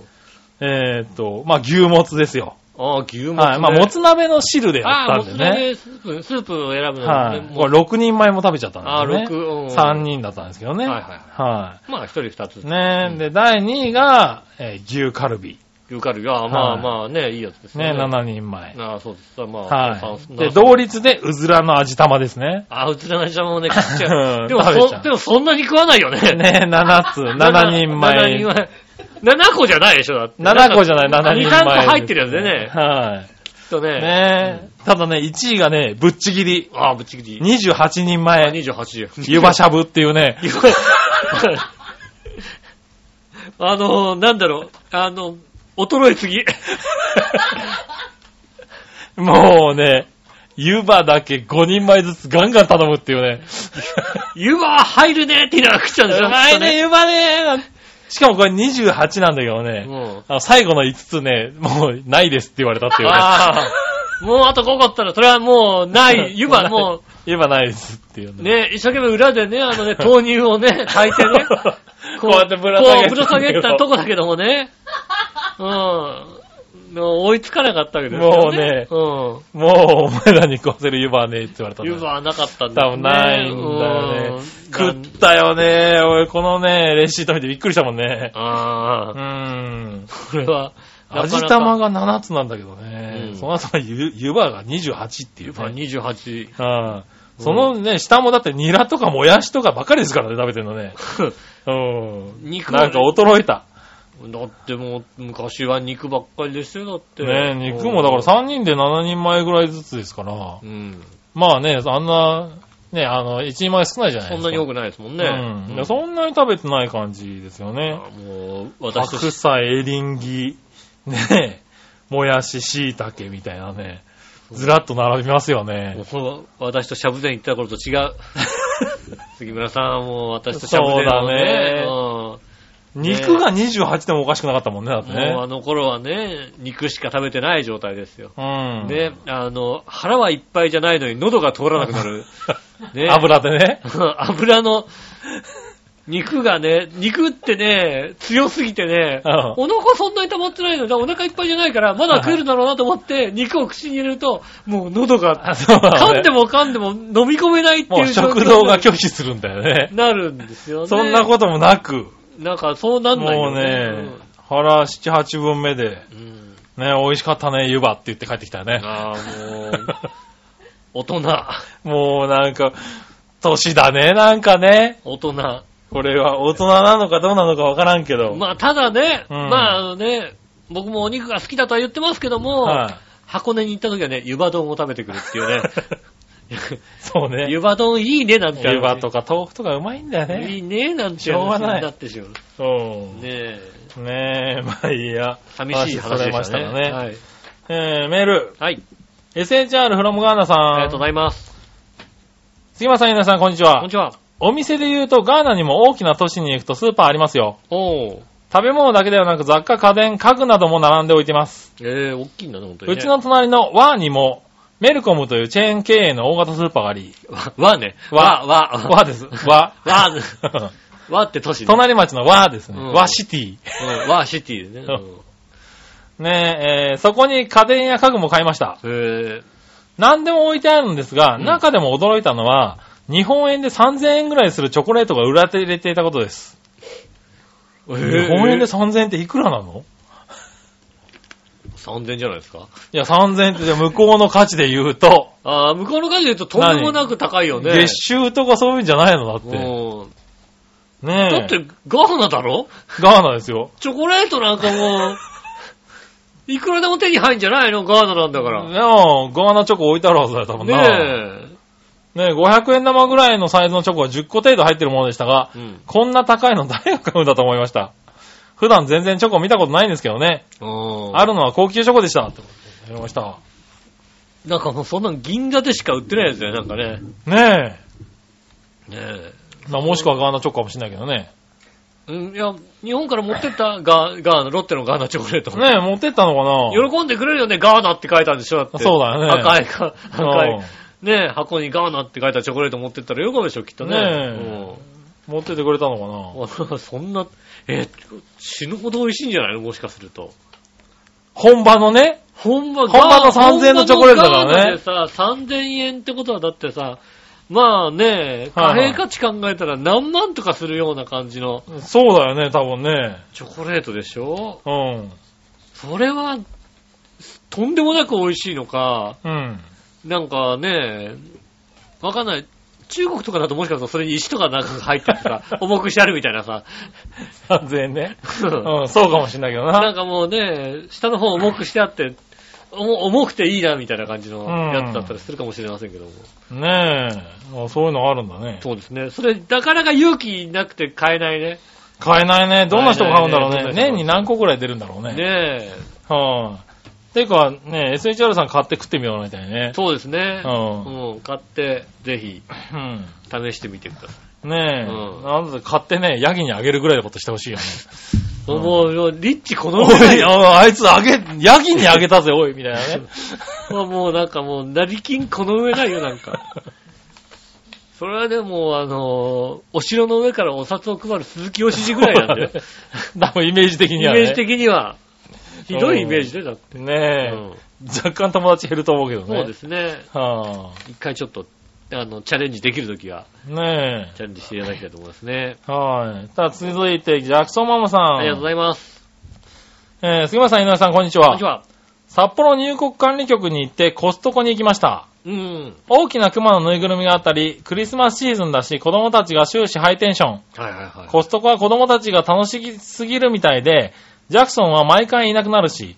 えーっと、まあ、牛もつですうよ。んあー、牛もつね。はい。まあ、もつ鍋の汁でやあったあー、もんつでだね。ね。スープ、スープを選ぶのはい。ね。もこうれ6人前も食べちゃったあんー、です六ね。うん3人だったんですけどね。はいはいはまあ、一人二つい。。ねで、第2位が、えー牛カルビ。牛カルビ。ああ、まあはいまあね、いいやつですねね。 7人前。ああ、そうです。まあ、は三い。で、同率で、うずらの味玉ですね。あ、うつらなちゃんもね、食っちゃうう。んでも、食べちそゃんうでもそんなに食わないよね。ね7つ、7人前。 7個じゃないでしょ、だって。 7個じゃない、7人前。 2、3個入ってるやつでね。はきっとい。ね。ねえ。ただね、1位がね、ぶっちぎり。ああ、ぶっちぎり。 28人前、 28時。湯葉しゃぶっていうね。 あの、なんだろう、あの、衰えすぎ。 もうね、湯葉だけ5人前ずつガンガン頼むっていうね。湯葉入るねって言いながら食っちゃうんでしょうまいね、き湯葉ね。しかもこれ28なんだけどっとね。ねあの最後の5つね、もうないですって言われたってういん。うね。ああ、もうあと5個あったら、それはもう ない、湯葉も湯葉ないですっていうう、。ね、一生懸命裏でね、あのね、豆乳をね、炊いてね。 こうやってぶら下げてこうぶら下げたとこだけどもね。 うん。もう追いつかなかったわけですよね。ももう、お前らに食わせる湯葉はねえって言われたうんん。だ湯よ葉はなかったんだ多分ないんだようんね。食ったよね。俺、このね、レシート見てびっくりしたもんね。あうあ、ーん。これは、なか味なか玉が7つなんだけどね。うんその後は湯湯葉が28っていうまあね。 28。うんそのね、下もだってニラとかもやしとかばかりですからね、食べてるのね。うん。肉はなんか衰えた。だってもう、昔は肉ばっかりですよ、だって。ね肉もだから3人で7人前ぐらいずつですからう。ん。まあね、あんな、ね、あの、1人前少ないじゃないそですか。んなに多くないですもんね。うんいや。うそんなに食べてない感じですよね。あもう、私と白し菜、エリンギ、ね、もやし、椎茸みたいなね、ずらっと並びますよね。もう私としゃぶ膳行った頃と違 う。杉村さんはもう私としゃぶそう膳だのねね。うん肉が28でもおかしくなかったもんね、だってもうあね。の頃はね、肉しか食べてない状態ですよ。うん。ね、あの、腹はいっぱいじゃないのに喉が通らなくな る。ね、油でね。 油の、肉がね、肉ってね、強すぎてね、うお腹そんなに溜まってないのに、だからお腹いっぱいじゃないから、まだ食えるだろうなと思って、肉を口に入れると、もう喉が、あそうだね噛んでも噛んでも飲み込めないってもいうう状況食堂が拒否するんだよね。なるんですよね。そんなこともなく、と。なんかそうなんないもようね、腹7、8分目で、うんうんね、美味しかったね、湯葉って言って帰ってきたよね。ああ、もう、大人、 もうなんか、歳だね、なんかね。大人。これは大人なのかどうなのかわからんけど。まあ、ただね、うんまあ、あのね、僕もお肉が好きだとは言ってますけども、はい箱根に行った時はね、湯葉丼を食べてくるっていうね。そう ね。湯葉丼いいねなんて話。湯葉とか豆腐とかうまいんだよいね。いねなんて話しょうがないになってしまう。うん。ねねえ、え、まあいいや。寂しい話そでれまししたたね。がね。はい。えー、メール。はい。 SHR from ガーナさ。ありがとうんございます。杉間さん、皆さん、こんにちこんはに。ちは。お店で言うと、ガーナにも大きな都市に行くとスーパーありますよ。おー。食べ物だけではなく、雑貨、家電、家具なども並んでおいてます。えー、大きいんだね、本当に、うね。ちの隣のワーにも、メルコムというチェーン経営の大型スーパーがあり、わ、わね。わわ、わ、ワー です。ワわ、ー。わって都市ね。隣町のワーですね。うんワーシティ。うんわ、シティ でね。うんねえ、えーそこに家電や家具も買いました。へ何でも置いてあるんですが、うん中でも驚いたのは、日本円で3000円ぐらいするチョコレートが売られていたことです。ぇ日本円で3000円っていくらなの3000じゃないですかいや、3000円って向こうの価値で言うと、ああ、向こうの感じで言うととんでもなく高いよね。月収とかそういうんじゃないのだって。うんねえ。だって、ガーナだろガーナですよ。チョコレートなんかもう、いくらでも手に入んじゃないのガーナなんだかいやら。ガーナチョコ置いてあるはずだよ、多分な。ねねえ。500円玉ぐらいのサイズのチョコが10個程度入ってるものでしたが、え。うん。こんな高いの誰が買うんだと思いました。普段全然チョコ見たことないんですけどね。うんあるのは高級チョコでした。ってことでいただきました。なんかもうそんなの銀座でしか売ってないやつだよ、なんかね。ねねえ。まあもしくはガーナチョコかもしれないけどね。え。うん、いや、日本から持ってったガー、ガーナ、ロッテのガーナチョコレート。ねえ、持ってったのかな喜んでくれるよね、ガーナって書いたんでしょだって。そうだよね赤いか、赤うんい。ねえ、箱にガーナって書いたチョコレート持ってったら喜ぶでしょ、きっとね。ねうん持ってってくれたのかなあそんな、 え、死ぬほど美味しいんじゃないのもしかすると。本場のね。本場本場の3000円のチョコレートだから本場のねガーナでさ、3000円ってことはだってさ、まあね、貨はいはい幣価値考えたら何万とかするような感じのそうだよね、多分ね。チョコレートでしょうん。それは、とんでもなく美味しいのか、うん。なんかね、わかんない。中国とかだともしかするとそれに石とかなんかが入っててさ、 重くしてあるみたいな さ、 3000円ね。うん、そうかもしれないけどなな。んかもうね、下の方重くしてあって、重重くていいなみたいな感じのやつだったりするかもしれませんけども。ねえ。あそういうのあるんだね。そうですね。それ、なかなか勇気なくて買えないね。買えないね。どんな人が買うんだろう買えなね。いね年に何個くらい出るんだろうね。ねえ。はい。てか、ね、SHR さん買って食ってみようみたいね。そうですね。うんうん。買って、ぜひ、うん。試してみてください。ねえ、うんなんで買ってね、ヤギにあげるぐらいのことしてほし いよね。うんもう、もうリッチこのおぐらい、い。ああいつあげ、ヤギにあげたぜ、おい、みたいなね。もう もうなんかもう、成金この上ないよ、なんか。それはでも、あのーお城の上からお札を配る鈴木よしじぐらいなん だよ。多分イメージ的イにはね。メージ的には。ひどいイメージで、だって。ねえ、う若干友達減ると思うけどんね。そうですね。はあ、一回ちょっと、あの、チャレンジできるときは、ねチャレンジしていただきたいと思いますね。え。はい。さあ、続いて、ジャクソンママさん。ありがとうございます。えー杉村さん、井上さん、こんにちこんはにち。は。札幌入国管理局に行って、コストコに行きました。うん。大きな熊のぬいぐるみがあったり、クリスマスシーズンだし、子供たちが終始ハイテンション。はいはいはい。コストコは子供たちが楽しすぎるみたいで、ジャクソンは毎回いなくなるし、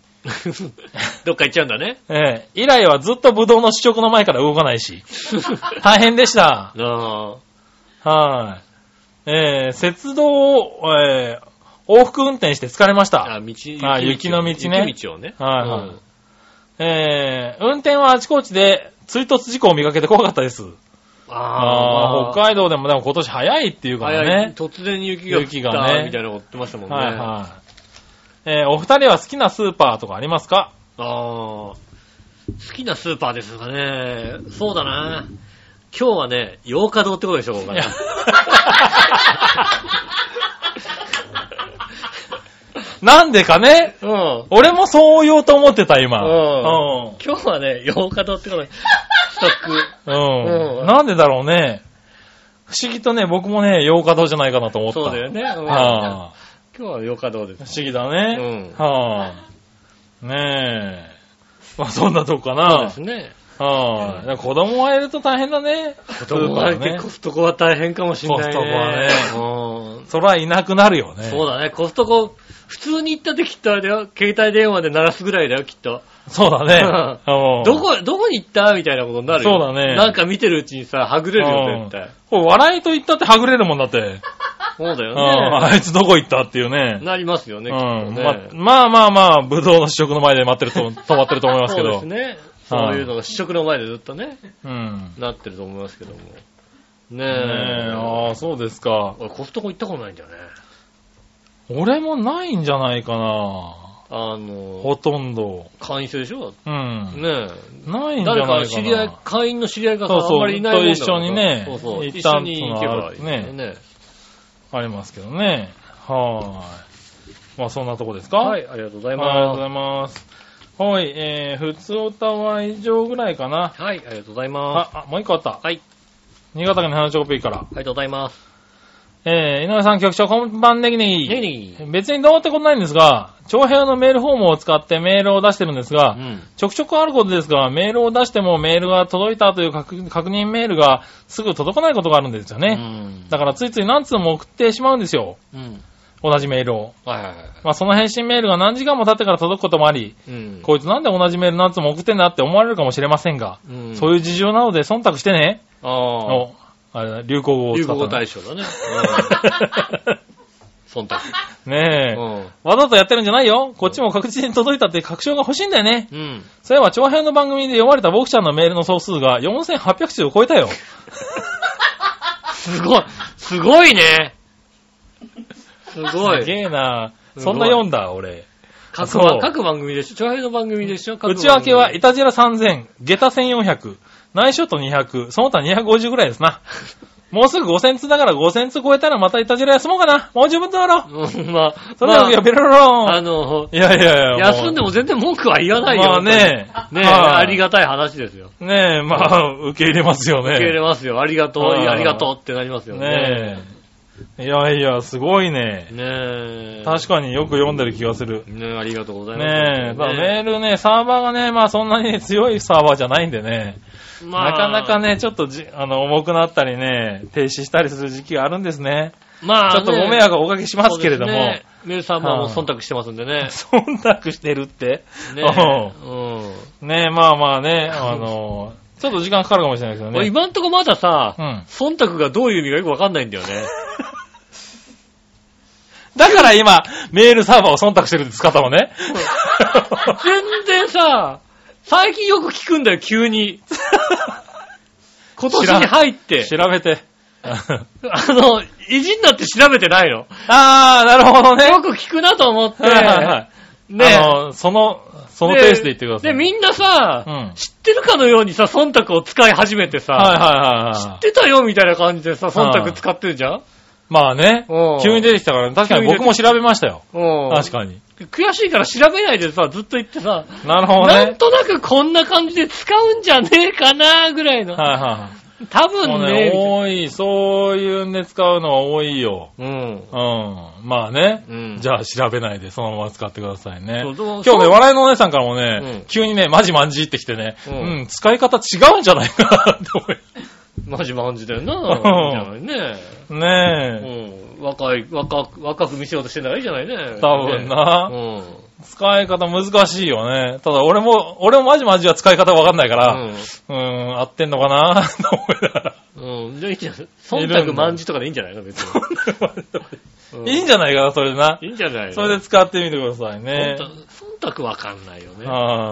どっか行っちゃうんだね。 ええ以来はずっとブドウの試食の前から動かないし、大変でした。ああ。はい。ええ雪道を、ええ往復運転して疲れました。あ、道、あ雪の道ね雪道をね。はいはいうんええ運転はあちこちで追突事故を見かけて怖かったです。ああーあ、北海道でもでも今年早いっていうから早いね。突然雪が降った雪がねみたいなこと言ってましたもんね。はいはい。えーお二人は好きなスーパーとかありますかああ。好きなスーパーですかね。そうだな。今日はね、洋華堂ってことでしょ、ここいねや なんでかねうん。俺もそう言おうと思ってた、今。うん今日はね、洋華堂って ことで、ストック。うん。ううんん。なんでだろうね。不思議とね、僕もね、洋華堂じゃないかなと思った。そうだよね。うんはあ、今日は洋華堂です。不思議だうね。ん。はあ、ねえ。まあ、そんなとこかそうでな。すね。はい、子供がいると大変だね。子供がいてコストコは大変かもしれないね。コストコはね。そりゃいなくなるよね。そうだね、コストコ、普通に行ったってきっとあれだよ、携帯電話で鳴らすぐらいだよ、きっと。そうだね。うん どこ、どこに行ったみたいなことになるよ。そうだねなんか見てるうちにさ、はぐれるうよ、ん絶対。これ笑いと言ったってはぐれるもんだって。そうだようんあね。いつどこ行ったっていうね。なりますよね、きっうんとね。ままあまあまあ、ぶどうの試食の前で待ってると、 止まってると思いますけそうでど。すね。そういうのが試食の前でずっとね、うん。なってると思いますけども。ねねえ、え。ああ、そうですか。俺、コストコ行ったことないんだよね。俺もないんじゃないかな。あの、ほとんど。会員制でしょうん。ねないえ。んじゃな誰いかかな。知り合い、会員の知り合いがさ、そうそうあんまりいないもんだからと一緒にねそうそう。行っ一た緒のに行けばいいよね。ありますけどね。はーい。まあそんなとこですかはい、ありがとうござあいりがとうごまざいます。はい、えー、普通歌は以上ぐらいかな。す。はい、ありがとうございます。あ、あ、もう一個あった。はい。新潟県の花チョコピーから。ありがとうございます。えー、井上さん局長、こんばんネギネギ。ネギネ別にどうってことないんですが、長編のメールフォームを使ってメールを出してるんですうが、ん。ちょくちょくあることですが、メールを出してもメールが届いたという確確認メールがすぐ届かないことがあるんですようね。ん。だからついつい何通も送ってしまうんですよ。うん。同じメールを。はいはいはい。まあその返信メールが何時間も経ってから届くこともあり、うん。こいつなんで同じメール何通も送ってんだって思われるかもしれませんが、うんそういう事情なので忖度してね。ああ。おあれだ流行語を使流っ行語た な大賞だね。忖度。 ねえ。うん。わざとやってるんじゃないよ。こっちも確実に届いたって確証が欲しいんだよね。うん。そういえば、長編の番組で読まれた僕ちゃんのメールの総数が4800通を超えたよ。すごい。すごいね。すごすげい。えなすごいそんな読んだ、俺。各そ番う各番組でしょ長編の番組でしょ各番組内訳は、イタジラ3000、下駄1400、内ショット200、その他250ぐらいで すな。もうすぐ5000通だから5000通超えたらまたイタジラ休もうかな。もう十分だろ。うん、まあ、それでは、まいや、ベロロあ、あロン。の、いやいやいや。休んでも全然文句は言わないよ。まあね。ねえ、はいありがたい話ですよ。ねえ、まあ、受け入れますよね。受け入れますよ。ありがとう、はいありがとうってなりますよね。ねえ。いやいや、すごいね。ねえ。確かによく読んでる気がする。ねえ、ありがとうございます。ねえ、ただメねールね、サーバーがね、まあそんなに強いサーバーじゃないんでね、えなかなか。ね、ちょっとじ、あの、重くなったりね、停止したりする時期があるんですね。まあ、ちょっとご迷惑をおかけしますそうですねけれども、メールさんも忖度してますんで ね。忖度してるって。ねえねえ、まあまあね、あの、 ちょっと時間かかるかもしれないけどうん。ね。今んとこまださ、うん。忖度がどういう意味かよくわかんないんだよ ね。だから今、メールサーバーを忖度してるんですか、多分ね。 全然さ、最近よく聞くんだよ、急に。今年に入って。調べ て。あの、意地になって調べてないの。あー、なるほどね。よく聞くなと思って。はいはいはい。ねあの、その、そのペースで言ってください。で、みんなさ、うん知ってるかのようにさ、忖度を使い始めてさ、はいはいはい知はっい。てたよみたいな感じでさ、忖度使ってるじゃんまあねうん、急に出てきたから、確かに僕も調べましたよ。うん。確かに。悔しいから調べないでさ、ずっと言ってさ、なるほどね。なんとなくこんな感じで使うんじゃねえかなぐらいの。はいは多いはい。分もうねね、多い、そういうんで使うのは多いよ。みたいなうん。うん。まあねうん。じゃあ調べないで、そのまま使ってくださいねそう。どう今日ね、笑いのお姉さんからもねうん、急にね、マジマンジってきてね、ううんん、使い方違うんじゃないかなって思いマジマジだよな、 ういいじゃないね。ねうん。若い、若く、若く見せようとしてんだからいいじゃないね。え。多分な。ね。うん。使い方難しいよね。ただ俺も、俺もマジマジは使い方わかんないから、うんうーん、合ってんのかな と思いながら。うん。じゃあいいんじゃない忖度満字とかでいいんじゃないの別に。うんいいんじゃないかな、それでな。いいんじゃないそれで使ってみてくださいね。忖度わかんないよね。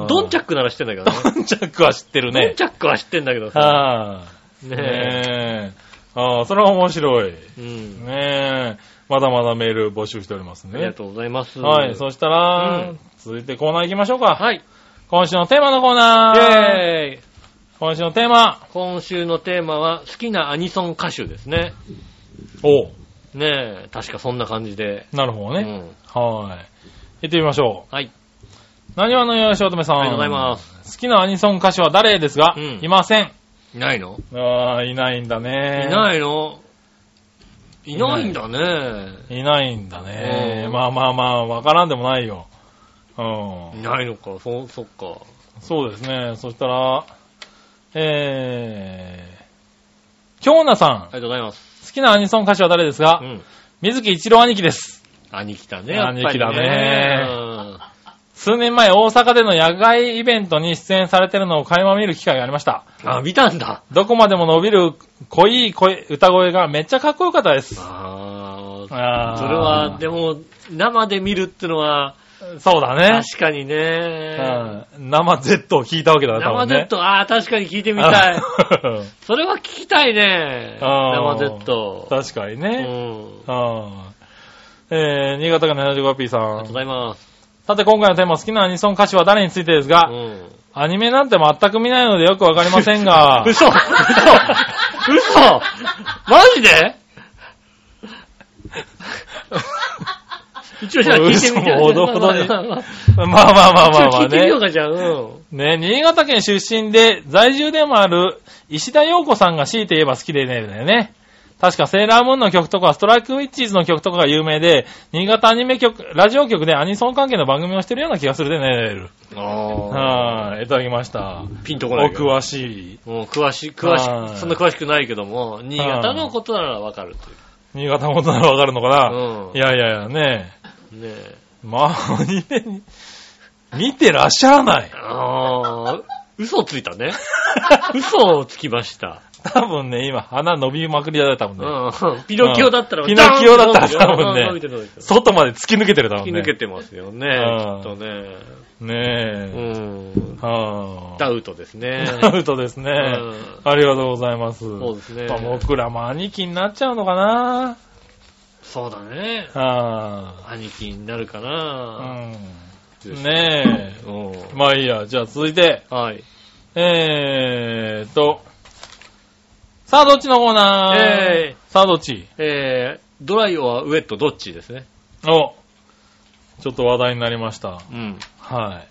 ドドンチャックなら知ってんだけどね。ドンチャックは知ってるドン ね。チャックは知ってんだけどさ。はい。ねねえ。ああ、それは面白い。え。うん。ねえ。まだまだメール募集しておりますありがね。とうございます。はい、そしたら、うん続いてコーナー行きましょうか。はい。イ今週のテーマのコーナー。ェーイ今週のテーマ。今週のテーマは、好きなアニソン歌手ですね。おうねえ、確かそんな感じで。なるほどね。うんはい。行ってみましょう。はい。何わのよしおとめさん。ありがとうございます。す。好きなアニソン歌手は誰ですが、うんいません。いないのああ、いないんだね。いないのいないんだね。いないんだねう。んまあまあまあ、わからんでもないよ。ういん。ないのか、そ、そっか。そうですね。そしたら、えー、京奈ありさん。がとうございます。好きなアニソン歌手は誰ですが、うん。水木一郎兄貴です。兄貴だね、やっぱり兄貴だねうん数年前、大阪での野外イベントに出演されてるのを垣間見る機会がありました。あ、見たんだ。どこまでも伸びる濃い声、歌声がめっちゃかっこよかったです。ああ、あーそれは、でも、生で見るってのは、そうだね。確かにね。うん生 Z を聞いたわけだね、多生分ね。 Z、ああ、確かに聞いてみたい。い。それは聞きたいね。あー生 Z。 確かにうん。あね。りうんえー、新潟県 75P さがとうごん。ざいます。さて今回のテーマ、好きなアニソン歌手は誰についてですうが、ん。、アニメなんて全く見ないのでよくわかりません が嘘嘘嘘マジ で一応じゃあ聞いてみよう。もう嘘もほどほどにまあまあまあまあまあまあまあ一ま応聞あいてみようね。か、じゃあ。うん。ね、新潟県出身で、在住でもある石田洋子さんが強いて言えば好きでね、だよね。確かセーラームーンの曲とか、ストライクウィッチーズの曲とかが有名で、新潟アニメ局、ラジオ局でアニソン関係の番組をしてるような気がするでね、る。あはい、いただきました。あ。ピンとおこないけど。詳しい。もう詳しい、詳はしいく、そんな詳しくないけども、新潟のことならわかるという。新潟のことならわかるのかな、うん。いやいやいや、ねねえ。まあ、アニメに、見てらっしゃらない。 ああ、嘘をついたね。嘘をつきました。多分ね、今、鼻伸びまくりだったもんね。うん。ピノキオだったら、ピノキオだったら多分ね伸びてる伸びてる外まで突き抜けてるだろう突きね。抜けてますよね、うきんっとね。うねえ。ん。はダウトですね。ぁ。ダウトですうね。んありがとうございます。そうですね僕らも兄貴になっちゃうのかなそうだね。は兄貴になるかぁ。な。うん。ねえ。うん。まあいいや。じゃあ続いて、はい。えーっと、さあどっちのコーナーえさあどっちえー、ドライはウェットどっちですね。お、ちょっと話題になりました。うん。はい。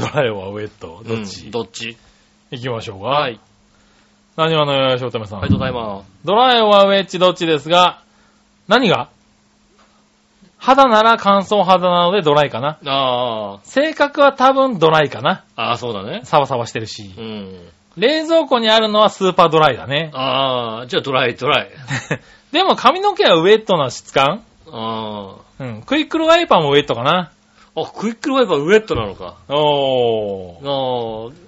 ドライはウェット。どっち、うんどっち行きましょうか。はい。何話のよやしおためさん。ありがとうございます。ドライはウェッジどっちですが、何が肌なら乾燥肌なのでドライかな。あ性格は多分ドライかな。あ。ああ、そうだね。サバサバしてるしう。ん。冷蔵庫にあるのはスーパードライだね。 ああ、じゃあドライ、ドライ。でも髪の毛はウェットな質感あうん。クイックルワイパーもウェットかな。あ。あ、クイックルワイパーウェットなのか。ああおー。、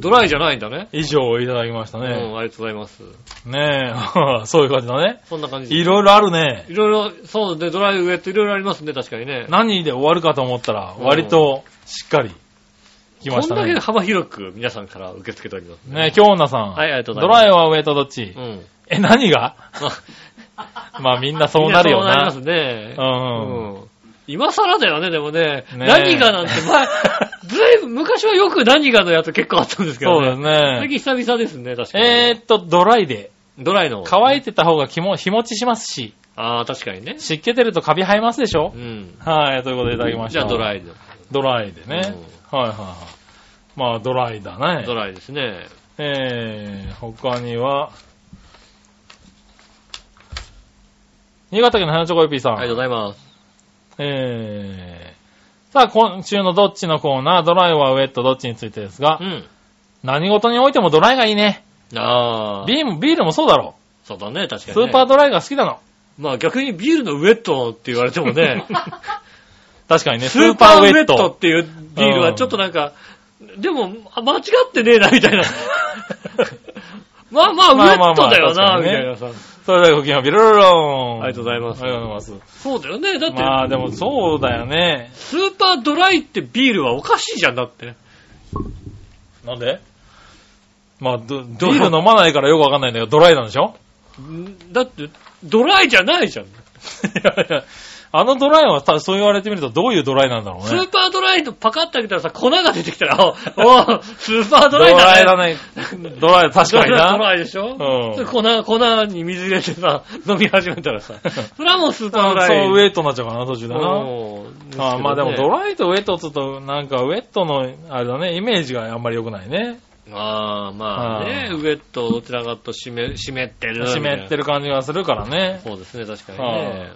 ドライじゃないんだね。以上をいただきましたうね。ん、ありがとうございます。ねえ、 そういう感じだね。そんな感じでいろいろあるね。いろいろ、そうで、ドライウェットいろいろありますね、確かにね。何で終わるかと思ったら、割としっかり来ましたこんだけね。幅広く皆さんから受け付けております。ねえ、京奈さん。はい、ありがとうござドいます。ライはウェイトどっちドライ。うん。え、何がまあみんなそうなるよみんな。そうなりますね。うん。うん今更だよね、でもね。ねえ何がなんて、前、 ずいぶん、昔はよく何がのやつ結構あったんですけそどうね。ですね。最近久々ですね、確かに。えーっと、ドライで。ドライの。乾いてた方が気も、日持ちしますし、ああ、確かにね。湿気出るとカビ生えますでしょうん。はい、ということでいただきましじた。ゃあドライイ。の。ドライでね。はいはいはい。まあドライだねド。ライですね。えー、他には、新潟県の花チョコヨッピーさん。ありがとうございます。えー、さあ、今週のどっちのコーナー、ドライはウェットどっちについてですがう、ん。何事においてもドライがいいね。ああ。ビーム、ビールもそうだろ。そうだね、確かスに、ね。ーパードライが好きなの。まあ逆にビールのウェットって言われてもね、確かにね、スーパーウェッストっていうビールはちょっとなんか、でも、あ間違ってねえな、み たいな。まあまあ、ウまェあまあまあットだよな、確みかたにいねなさ。それではごきげんようビロロロン。ありがとうございますありがとうございまそうだよね。だっす。まあて、でもそうだよね。スーパードライってビールはおかしいじゃんだって。なんでまあ、どビール飲まないからよくわかんないんだけど、ドライなんでしょんだって、ドライじゃない じゃん。いやいや、あのドライはたそう言われてみるとどういうドライなんだろうスーね。パードライのパカッと開けたらさ、粉が出てきた ら、あおスーパードドライだね。ライだね。ドライ、確かにドな。ライでしょうんそれ粉、粉に水入れてさ、飲み始めた らさ、それはもうスーパードライ。そう、ウェイトになっちゃうかな、途中だな。うんああまあでもドラライとウェットっつうと、なんかウェットの、あれだね、イメージがあんまり良くないね。ああ、まあね、あーウェットどちらかと湿湿ってる。湿ってる。る感じがするからね。そうですね、確かにね。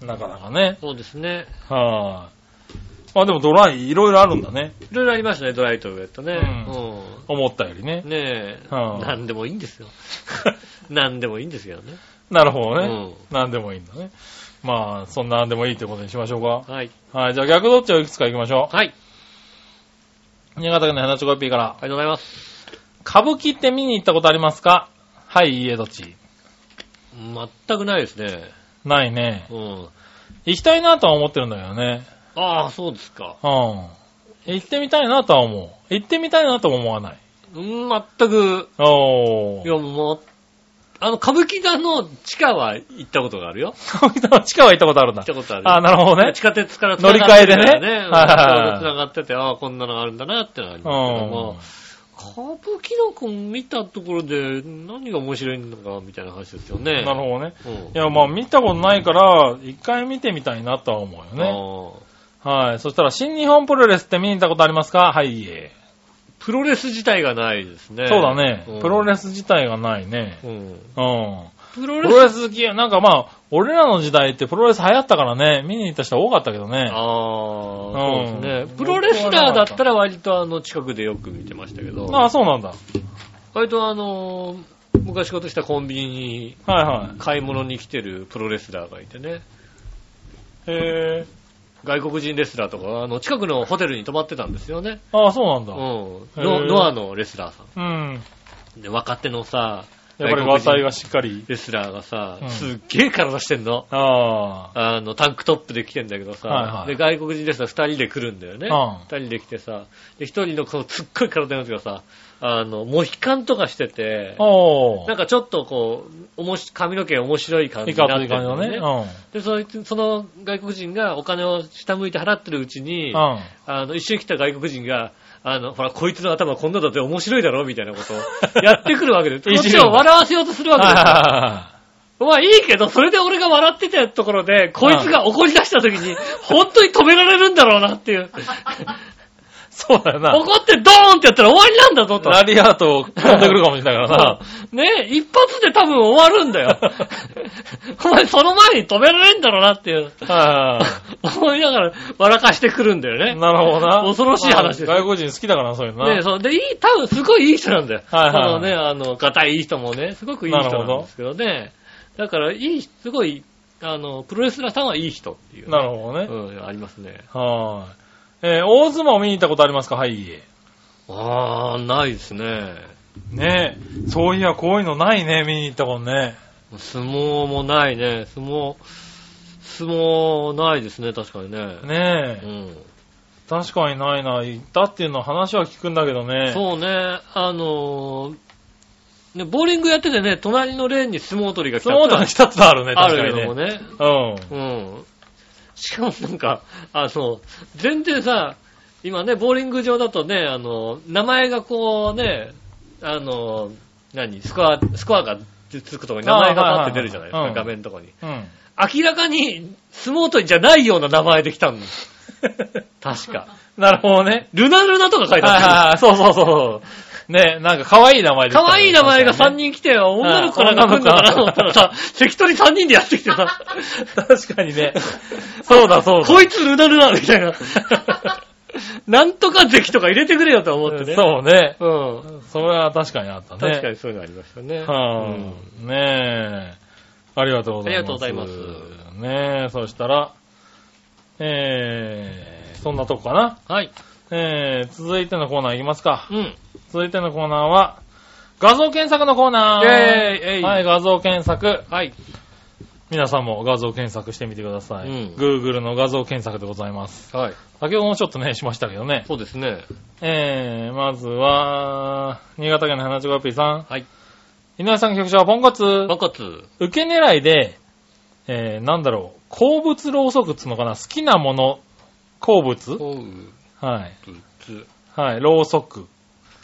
うん、なかなかね。そうですね。はい、あ。でもドライ、いろいろあるんだね。いろいろありましたね、ドライとウェットね。うう思ったよりねん。。ねえ、はあなんでもいいんですよ。 なんでもいいんですけどね。なるほどね。なんでもいいんだね。まあ、そんなんでもいいってことにしましょうはい。か。はい。じゃあ逆どっちをいくつか行きましょはい。う。新潟県の花チョコピーから。ありがとうございます。歌舞伎って見に行ったことありますかはい、いいえ、どっち全くないですね。ないね。うん。行きたいなとは思ってるんだけどね。ああ、そうですか。うん。行ってみたいなとは思う。行ってみたいなとも思わない。うん、全く、おいー。やもう、あの、歌舞伎座の地下は行ったことがあるよ。歌舞伎の 地下は行ったことあるん行だっ。たことあるよ。あー、なるほどね地。下鉄から繋がってるからね。乗り換えでねうんちょうど繋がってて、ああ、こんなのがあるんだなってのがありうますけどもん。、歌舞伎の子見たところで何が面白いのかみたいな話ですよね。なるほどね。ほど。いや、まあ見たことないから、一回見てみたいなとは思うようんね。ああはい。そしたら、新日本プロレスって見に行ったことありますかはい、いいえ。プロレス自体がないですね。そうだね。プロレス。ス自体がないね。うんうん。プロレプロス。レス好き、なんかまあ、俺らの時代ってプロレス流行ったからね、見に行った人多かったけどね。ああ、そうですうね。んプロレスラーだったら割とあの近くでよく見てましたけど、ああ、そうなんだ。割とあのー、昔仕事したコンビニにはいはい。買い物に来てるプロレスラーがいてね。へえ。外国人レスラーとか、あの、近くのホテルに泊まってたんですよね。ああ、そうなんだ。うん。へーノノアのレスラーさん。うん。で、若手のさ、やっぱり外和国裁人がしっかり。レスラーがさう、んすっげえ体してんの。ああ。あの、タンクトップで来てんだけどさ、はいはいで、外国人レスラー二人で来るんだよね。うん二人で来てさ、で、一人のこう、すっごい体のやつがさ、あの、モヒカンとかしてて、おなんかちょっとこう、おもし、髪の毛面白い感じー。いになかってつるい感じのね。うで、そいつ、その外国人がお金を下向いて払ってるうちに、ん。うん。あの、一緒に来た外国人が、あの、ほら、こいつの頭こんなだって面白いだろみたいなことをやってくるわけ で、こいっじちるんだを笑わせようとするわけですよ。あまあいいけど、それで俺が笑ってたところで、こいつが怒り出した時 に、本当に止められるんだろうなっていう。ーそうだよな。怒ってドーンってやったら終わりなんだぞと。ラリアートを飛んでくるかもしれないからな。ね一発で多分終わるん だよ。お前その前に止められんだろうなって いう。はい思いながら笑かしてくるんだよね。なるほどな。 恐ろしい話ですまあ外国人好きだからな、そういうのな。ねそう。で、いい、多分すごいいい人なんだよ。はいはいあのね、あの、ガタイいい人もね、すごくいい人なんですけどね。だから、いい、すごい、あの、プロレスラーさんはいい人っていう、なるほどね。うん、ありますね。はーい。えー大相撲見に行ったことありますかはい。あー、ないですね。ねえ。そういや、こういうのないね、見に行ったことね。相撲もないね。相撲、相撲ないですね、確かにね。ねうえ。ん。確かにないな。行ったっていうのは話は聞くんだけどね。そうね、あのーね、ボーリングやっててね、隣のレーンに相撲取りが来た相撲とか一つあるね、あ確かるにけどもね。ね。うん。うん。しかもなんか、あの、全然さ、今ね、ボーリング場だとね、あの、名前がこうね、あの、何、スコア、スコアがつくとこに名前がパって出るじゃないですあーか、画はいはいはい面のとこに。うん。明らかに、相撲取りじゃないような名前で来た んです。確か。なるほどね。ルナルナとか書いてはいあはいはい、そうそうそう。ねえ、なんか可愛い名前る。でしたね可愛い名前が3。人来て、女の子かなんか来んのかなと思ったらさ、関取3人でやってきてさ、確かに 確かにね。そうだそうだ。こいつルナルナみたい な。なんとか関とか入れてくれよと思ってね。そうね。う。ん。それは確かにあったね。確かにそういうのありましたね。はうんい、ねえ。ありがとうございます。ありがとうございますねえ、そしたら、えー、そんなとこかな。はい。えー、続いてのコーナーいきますか。うん。続いてのコーナーは、画像検索のコーナー。イェーイえいはい、画像検索。はい。皆さんも画像検索してみてください。うん Google の画像検索でございます。はい。先ほどもちょっとね、しましたけどね。そうですね。えー、まずは、新潟県の花千子ピーさん。はい。井上さん局長、ポンコツ。バカツ。受け狙いで、えー、なんだろう、鉱物ろうそくっつうのかな好きなもの、鉱物こうはい。つつ。はい、ろうそく。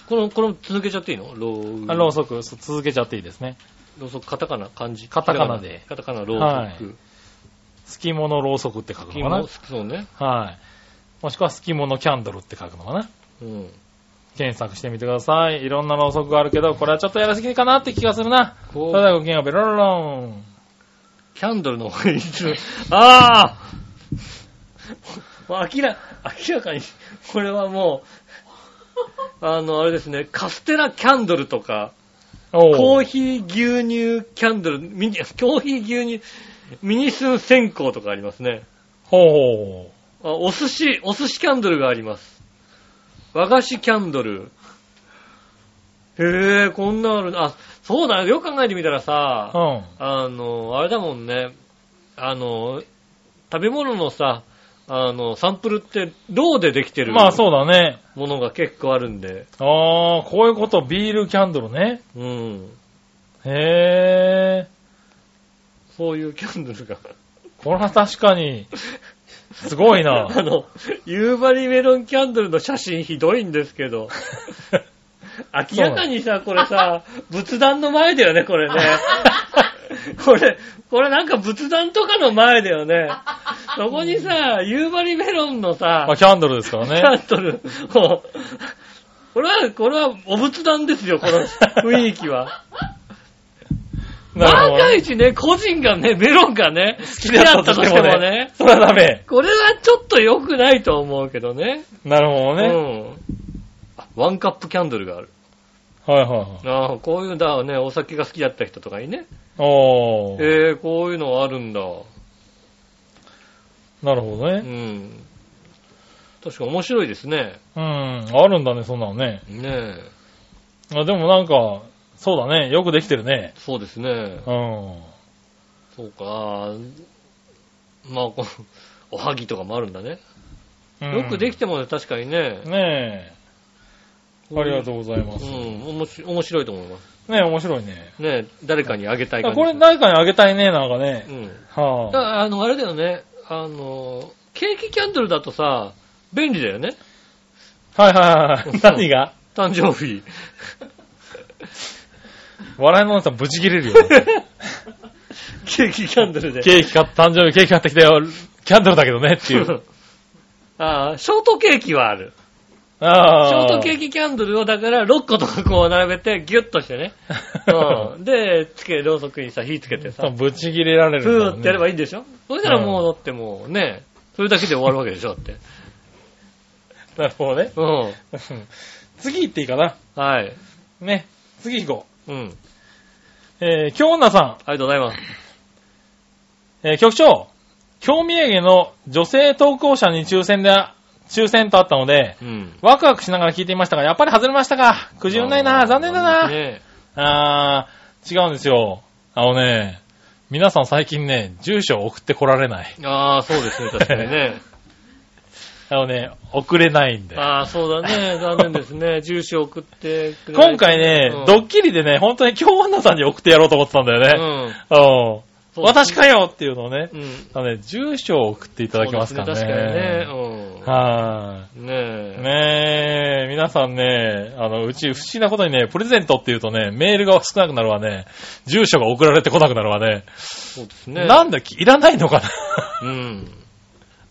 この、この続けちゃっていいのロー。あろうそく、そう続けちゃっていいですね。ローソク、カタカナ、漢字。カタカナでカタカナ、ローソク。好きものろうそくって書く金のかもな好きそうね。はい。もしくは好きものキャンドルって書くのかなうん。検索してみてください。いろんなろうそくがあるけど、これはちょっとやりすぎかなって気がするな。そこれうではごきげんよう、ベロロロン。キャンドルの方につああもう明ら、明らかに、これはもう、あの、あれですね、カステラキャンドルとか、おコーーヒー牛乳キャンドル、ミニ、コーヒー牛乳、ミニスン線香とかありますね。ほうほあお寿司、お寿司キャンドルがあります。和菓子キャンドル。へえ、こんなのあるな。あ、そうだよ。よく考えてみたらさう。、うん。あの、あれだもんね。あの、食べ物のさ、あの、サンプルって、ローでできてるまあもそうだね。のが結構あるんで。あー、こういうこと、ビールキャンドルね。うん。へー。そういうキャンドルが。これは確かに、すごい な。あの、夕張メロンキャンドルの写真ひどいんですけ ど。明らかにさ、これさ、仏壇の前だよね、こ れね。これ、これなんか仏壇とかの前だよね。そこにさ、夕張メロンのさ、まあ、キャンドルですかキらャ ンね。ドル。これは、これはお仏壇ですよ、この雰囲気 は。なる万ほどが一ね、個人がね、メロンがね、好好きだったとしてもね。それはダメ。これはちょっと良くないと思うけどね。なるほどね。うん。あワンカップキャンドルがある。はいはいはい。ああ、こういうだわね、お酒が好きだった人とかにね。おー。えー、こういうのあるんだ。なるほどうね。ん。確か面白いですね。うん。あるんだね、そんなのね。ねえ。あでもなんか、そうだね。よくできてるね。そうですね。うん。そうか。まあ、このおはぎとかもあるんだね。よくできてもね確かにね。てねえ。ありがとうございますう。ん、おもし面白いと思います。ねえ、面白いね。ね誰かにあげたい感あじ。これ誰かにあげたいね、なんかねう。ん。だかはあ。らあの、あれだよね。あの、ケーキキャンドルだとさ、便利だよね。はいはいはいはうんい。何が誕生 日。笑いのお姉さんブチ切れるよ。ケケーキキャンドルで。ーキ買って、誕生日ケーキ買ってきたよ。キャンドルだけどねっていう。 ああ、ショートケーキはある。シあョあ。ートケー キ。キキャンドルをだから6個とかこう並べてギュッとしてね。うん。で、つけ、ろうそくにさ、火つけてさ、ブチ切れられるふんだろうね。ーってやればいいんでしょそしたらもうだってもうね、それだけで終わるわけでしょだって。なるほどね。うん。次行っていいかな。はい。ね。次行こうん。う。えー、京女さん。ありがとうございます。えー局長、興味営の女性投稿者に抽選で、抽選とあったので、うん。ワクワクしながら聞いていましたが、やっぱり外れましたか。くじ運ないな、残念だな。ねあー、違うんですよ。あのね、皆さん最近ね、住所送ってこられない。ああ、そうですね、確かに ね。あのね、送れないんで。ああ、そうだね、残念ですね。住所送ってくれない今回ね、うんドッキリでね、本当に京女さんに送ってやろうと思ってたんだうよね。ん。うん。そう私かよっていうのをね、うん。いあのね、住所を送っていただけますかね。確かにね。うん。はい。ねえ。ねえ、皆さんね、あの、うち不思議なことにね、プレゼントって言うとね、メールが少なくなるわね、住所が送られてこなくなるわね。そうですね。なんだ、いらないのかなうん。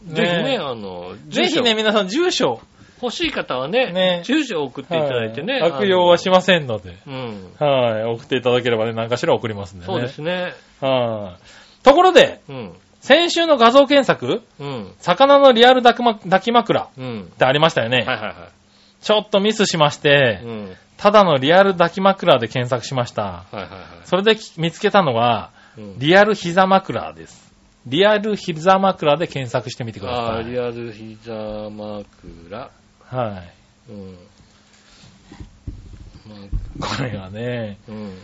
ぜひねえね、あの、ぜ 住ひ所ね、皆さん住所、欲しい方はね、ね住所を送っていただいてね。はい悪用はしませんので、あのうん。はい、送っていただければね、何かしら送りますんでね。そうですね。はい。ところで、うん。先週の画像検索、うん。魚のリアル抱き,、ま、抱き枕っうん。てありましたよね。はいはちょっとミスしましいはてい。う、ん。はいただのリアル抱き枕で検索しました。はいはそれでき見つけたのは、い。うんリアル膝枕です。リアル膝枕で検索してみてくだあさあ、い。リアル膝枕。はい。うん。まこれがね、あうん。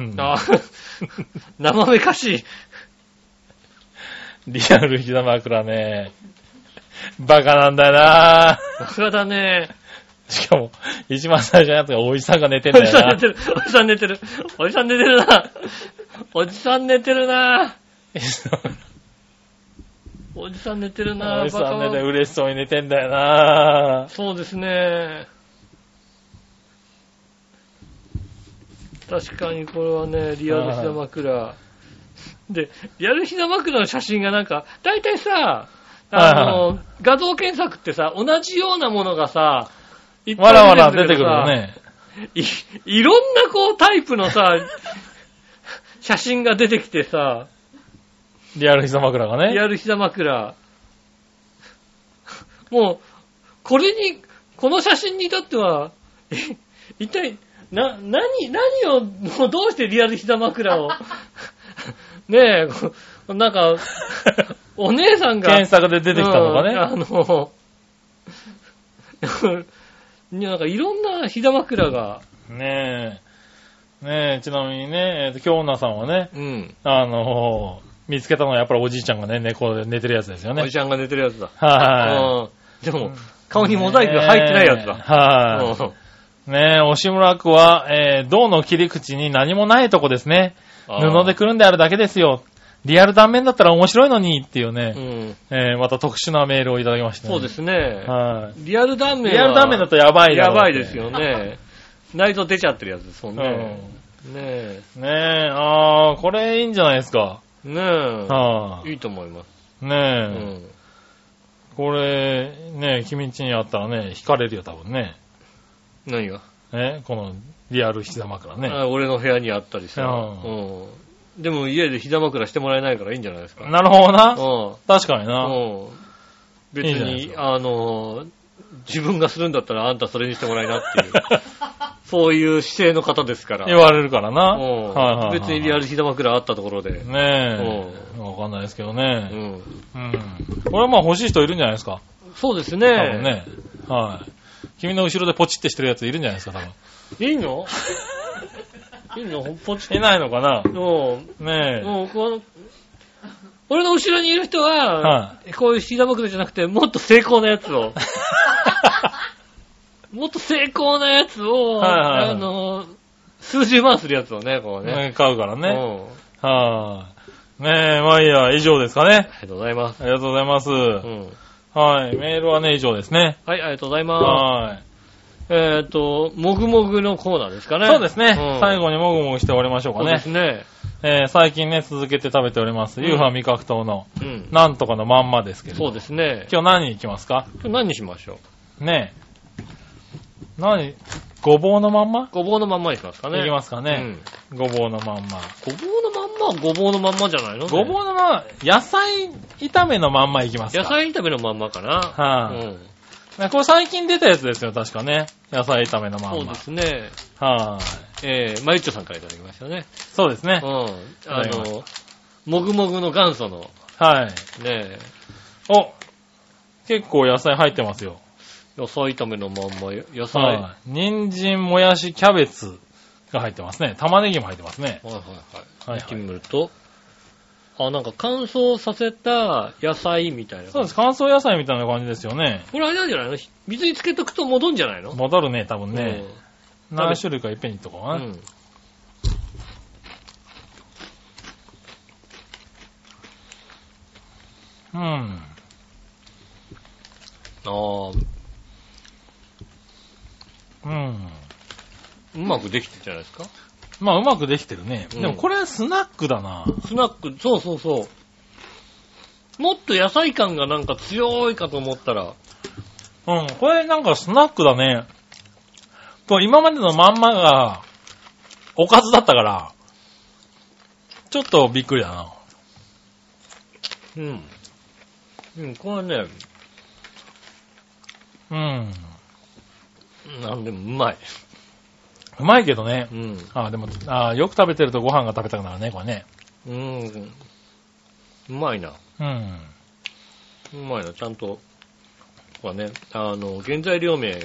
うんあー 生めかしい。 リアル膝枕ね、バカなんだよな枕だね。しかも、一番最初のやつがおじさんが寝てんおじだよさん寝て。なる。おじさん寝てる。おじさん寝てるな。おじさん寝てるな。 おじさん寝てるな。おじさん寝てバカは嬉しそうに寝てんだよなそうですね。確かにこれはね、リアル膝枕。で、リアル膝枕の写真がなんか、大体さ、あはいの、画像検索ってさ、同じようなものがさ、いっぱいわらわら出んだてけくどるさよ。ね。い、いろんなこうタイプの さ、写真が出てきてさ、リアル膝枕がリね。アル膝枕。もう、これに、この写真に至っては、え一体、な、何、何を、もうどうしてリアル膝 枕を、ねえこ、なんか、お姉さんが、 検索で出てきたのがうねん。あの、 いやなんかいろんな膝枕が、ねえ。ねえ、ちなみにね、えっと、京女さんはね、うん、あのー見つけたのはやっぱりおじいちゃんがね、猫で寝てるやつですよおねじ。ちゃんが寝てるやつだ。はうんでもん、顔い。にモザイクが入ってないやつねだ。えはうんい。ねえ、押村区は、えー、銅の切り口に何もないとこですね。布でくるんであるだけですよ。リアル断面だったら面白いのにっていううね、ん。えー、また特殊なメールをいただきました、ね。そうで。すね。はリアル断い。面は。リアル断面だとやばいだやろうばっていです。よね。内臓出ちゃってるやつですもんうね。ん。ねねえ、あー、これいいんじゃないですか。え。ねはえ。いいと思います。い。うねえ。ん。これ、ね、君んちにあったらね、惹かれるよ、多分ね。何がね、このリアル膝枕ね。あ俺の部屋にあったりさ。うんうん。でも家で膝枕してもらえないからいいんじゃないですか。なるほどうな。ん。確かにな。うん。別いいじゃないでにす、あの、自分がするんだったらあんたそれにしてもらいなって いう、そういう姿勢の方ですから。 言われるからな。うんはいはいはい別にリアル膝枕あったところで。ねえ。わかんないですけどうね。ん。うん。これはまあ欲しい人いるんじゃないですか。そうです多分ね。ね。はい。君の後ろでポチってしてるやついるんじゃないですか、多分。いい のいいのほんポチいないのかなもう、ねもうこの、俺の後ろにいる人は、はこういうシーダクじゃなくて、もっと成功なやつ を、もっと成功なやつを、はいはいはいあの、数十万するやつをね、こうえ。ね。ね買うからうんね。はい。ねえ、まあいいや、以上ですかね。ありがとうございます。ありがとうございます。うんはい。メールはね、以上ですね。はい、ありがとうございまはい。す。えっ、と、もぐもぐのコーナーですかね。そうですね。ん最後にもぐもぐして終わりましょうそかうねで。すね。えー最近ね、続けて食べております。うんユーファ味覚糖の、うん。なんとかのまんまですけれど。そうですね。今日何いきますか今日何にしましょうねえ。何ごぼうのまんまごぼうのまんまにしますかね。いきますかね。ごぼうのまんま。うん。ごぼうのまんまはごぼうのまんまじゃないの、ねごぼうのまんま、野菜炒めのまんまいきますか野菜炒めのまんまかな。はういん。ねこれ最近出たやつですよ、確かね。野菜炒めのまそうんでま。すね。はい。えー、まゆっちょさんからいただきましたね。そうですねう。ん。あただきまの、もぐもぐの元祖の、はい。ね、お結構野菜入ってますよ。野菜炒めのまんま、野菜。はいはい。人参、もやし、キャベツが入ってますね。玉ねぎも入ってますね。はいはい。はいは見いてみると、あ、なんか乾燥させた野菜みたいな。そうです。。乾燥野菜みたいな感じですよね。これあれなんじゃないの水につけとくと戻んじゃないの戻るね、多分ね。何種類かいっぺんにとかうはん。うね。ん。うん。ああ、うん。うまくできてるじゃないですか。まあ、うまくできてるね。うんでもこれはスナックだな。スナック、そうそうそう。もっと野菜感がなんか強いかと思ったら、うん。これなんかスナックだね。こう、今までのまんまが、おかずだったから、ちょっとびっくりだな。うん。うん、これはね、うん。なんでもうまい。うまいけどねう。ん。あ、でも、あよく食べてるとご飯が食べたくなるね、これね。うん。うまいな。うん。うまいな。ちゃんと、こはね、あの、原材料名、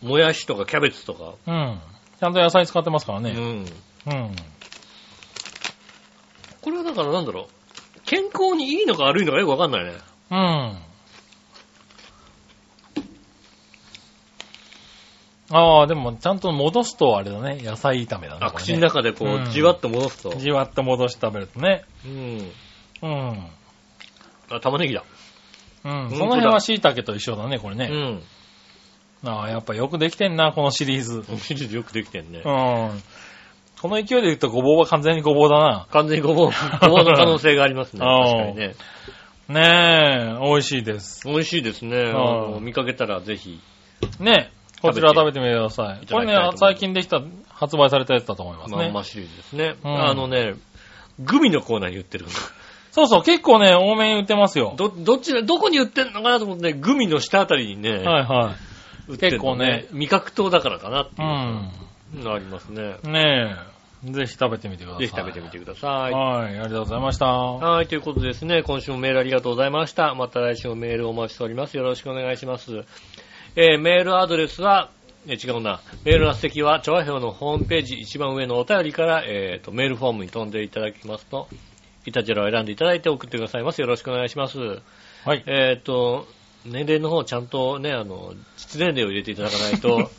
もやしとかキャベツとか、うん。ちゃんと野菜使ってますからうね。ん。うん。これはだからなんだろう。健康にいいのか悪いのかよくわかんないね。うん。ああ、でも、ちゃんと戻すとあれだね。野菜炒めだね。あ、これね口の中でこうんう、じわっと戻すと。じわっと戻して食べるとね。うん。うん。あ、玉ねぎだ。うん。本当だその辺は椎茸と一緒だね、これうね。ん。ああ、やっぱよくできてんな、このシリーズ。うん。お汁よくできてんね。この勢いで言うとごぼうは完全にごぼうだな。完全にごぼう、ごぼうの可能性がありますね。あー確かにね。ねえ、美味しいです。美味しいですね。ああーの見かけたらぜひ。ねえ、こちら食べてみてください。いたこだきたいと思いれまねす、最近できた、発売されたやつだと思いますね。まんまシリーズですね。うんあのね、グミのコーナーに売ってる。そうそう、結構ね、多めに売ってますよ。ど、どっちだ、どこに売ってんのかなと思ってね、グミの下あたりにね、はいはい。売ってる、結構ね。味覚糖だからかなってういうのありますね。ん。ねえ、ぜひ食べてみてください。ぜひ食べてみてください。はい、ありがとうございました。はい、ということですね。今週もメールありがとうございました。また来週もメールお待ちしております。よろしくお願いします。えーメールアドレスは、え違うな。メールの席は、調和表のホームページ一番上のお便りから、えーと、メールフォームに飛んでいただきますと、イタジェラを選んでいただいて送ってくださいます。よろしくお願いします。はい。えっ、と、年齢の方ちゃんとね、あの、実年齢を入れていただかない と、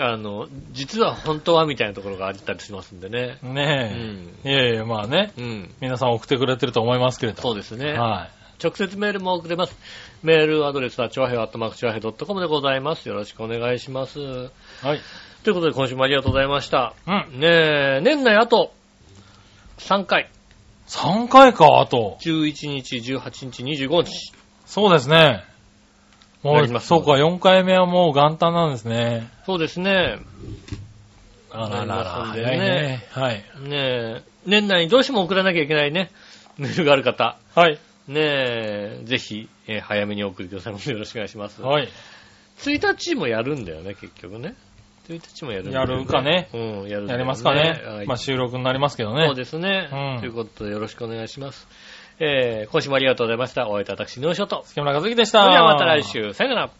あの、実は本当はみたいなところがあったりしますんでね。うねん。え、いやいや、まあね、うん。皆さん送ってくれてると思いますけれど。そうですね。は直接メールも送れます。メールアドレスは、ちょうへい、あっとまくちょうへい .com でございます。よろしくお願いします。い。はい。ということで、今週もありがとうございました。うん。ねえ、年内あと3回。 3回か、あと。 11日、18日、25日。そうですね。もやりう、ますそうか、4回目はもう元旦なんですね。そうですね。あらやりらら、ますん早でねいね。はい。ねえ、年内にどうしても送らなきゃいけないね、メールがある方。はい。ねえ、ぜひ、えー早めにお送りくださいま せ。よろしくお願いします。はい。 1日もやるんだよね、結局ね。1日もやるんだよね。やるかね。うん、やるんだよねやりますかね。はいまあ収録になりますけどね。そうですね。うんということでよろしくお願いします。えー、今週もありがとうございました。お会いいた私、ノーショット。す。木村和樹でしそた。れではまた来週。さよなら。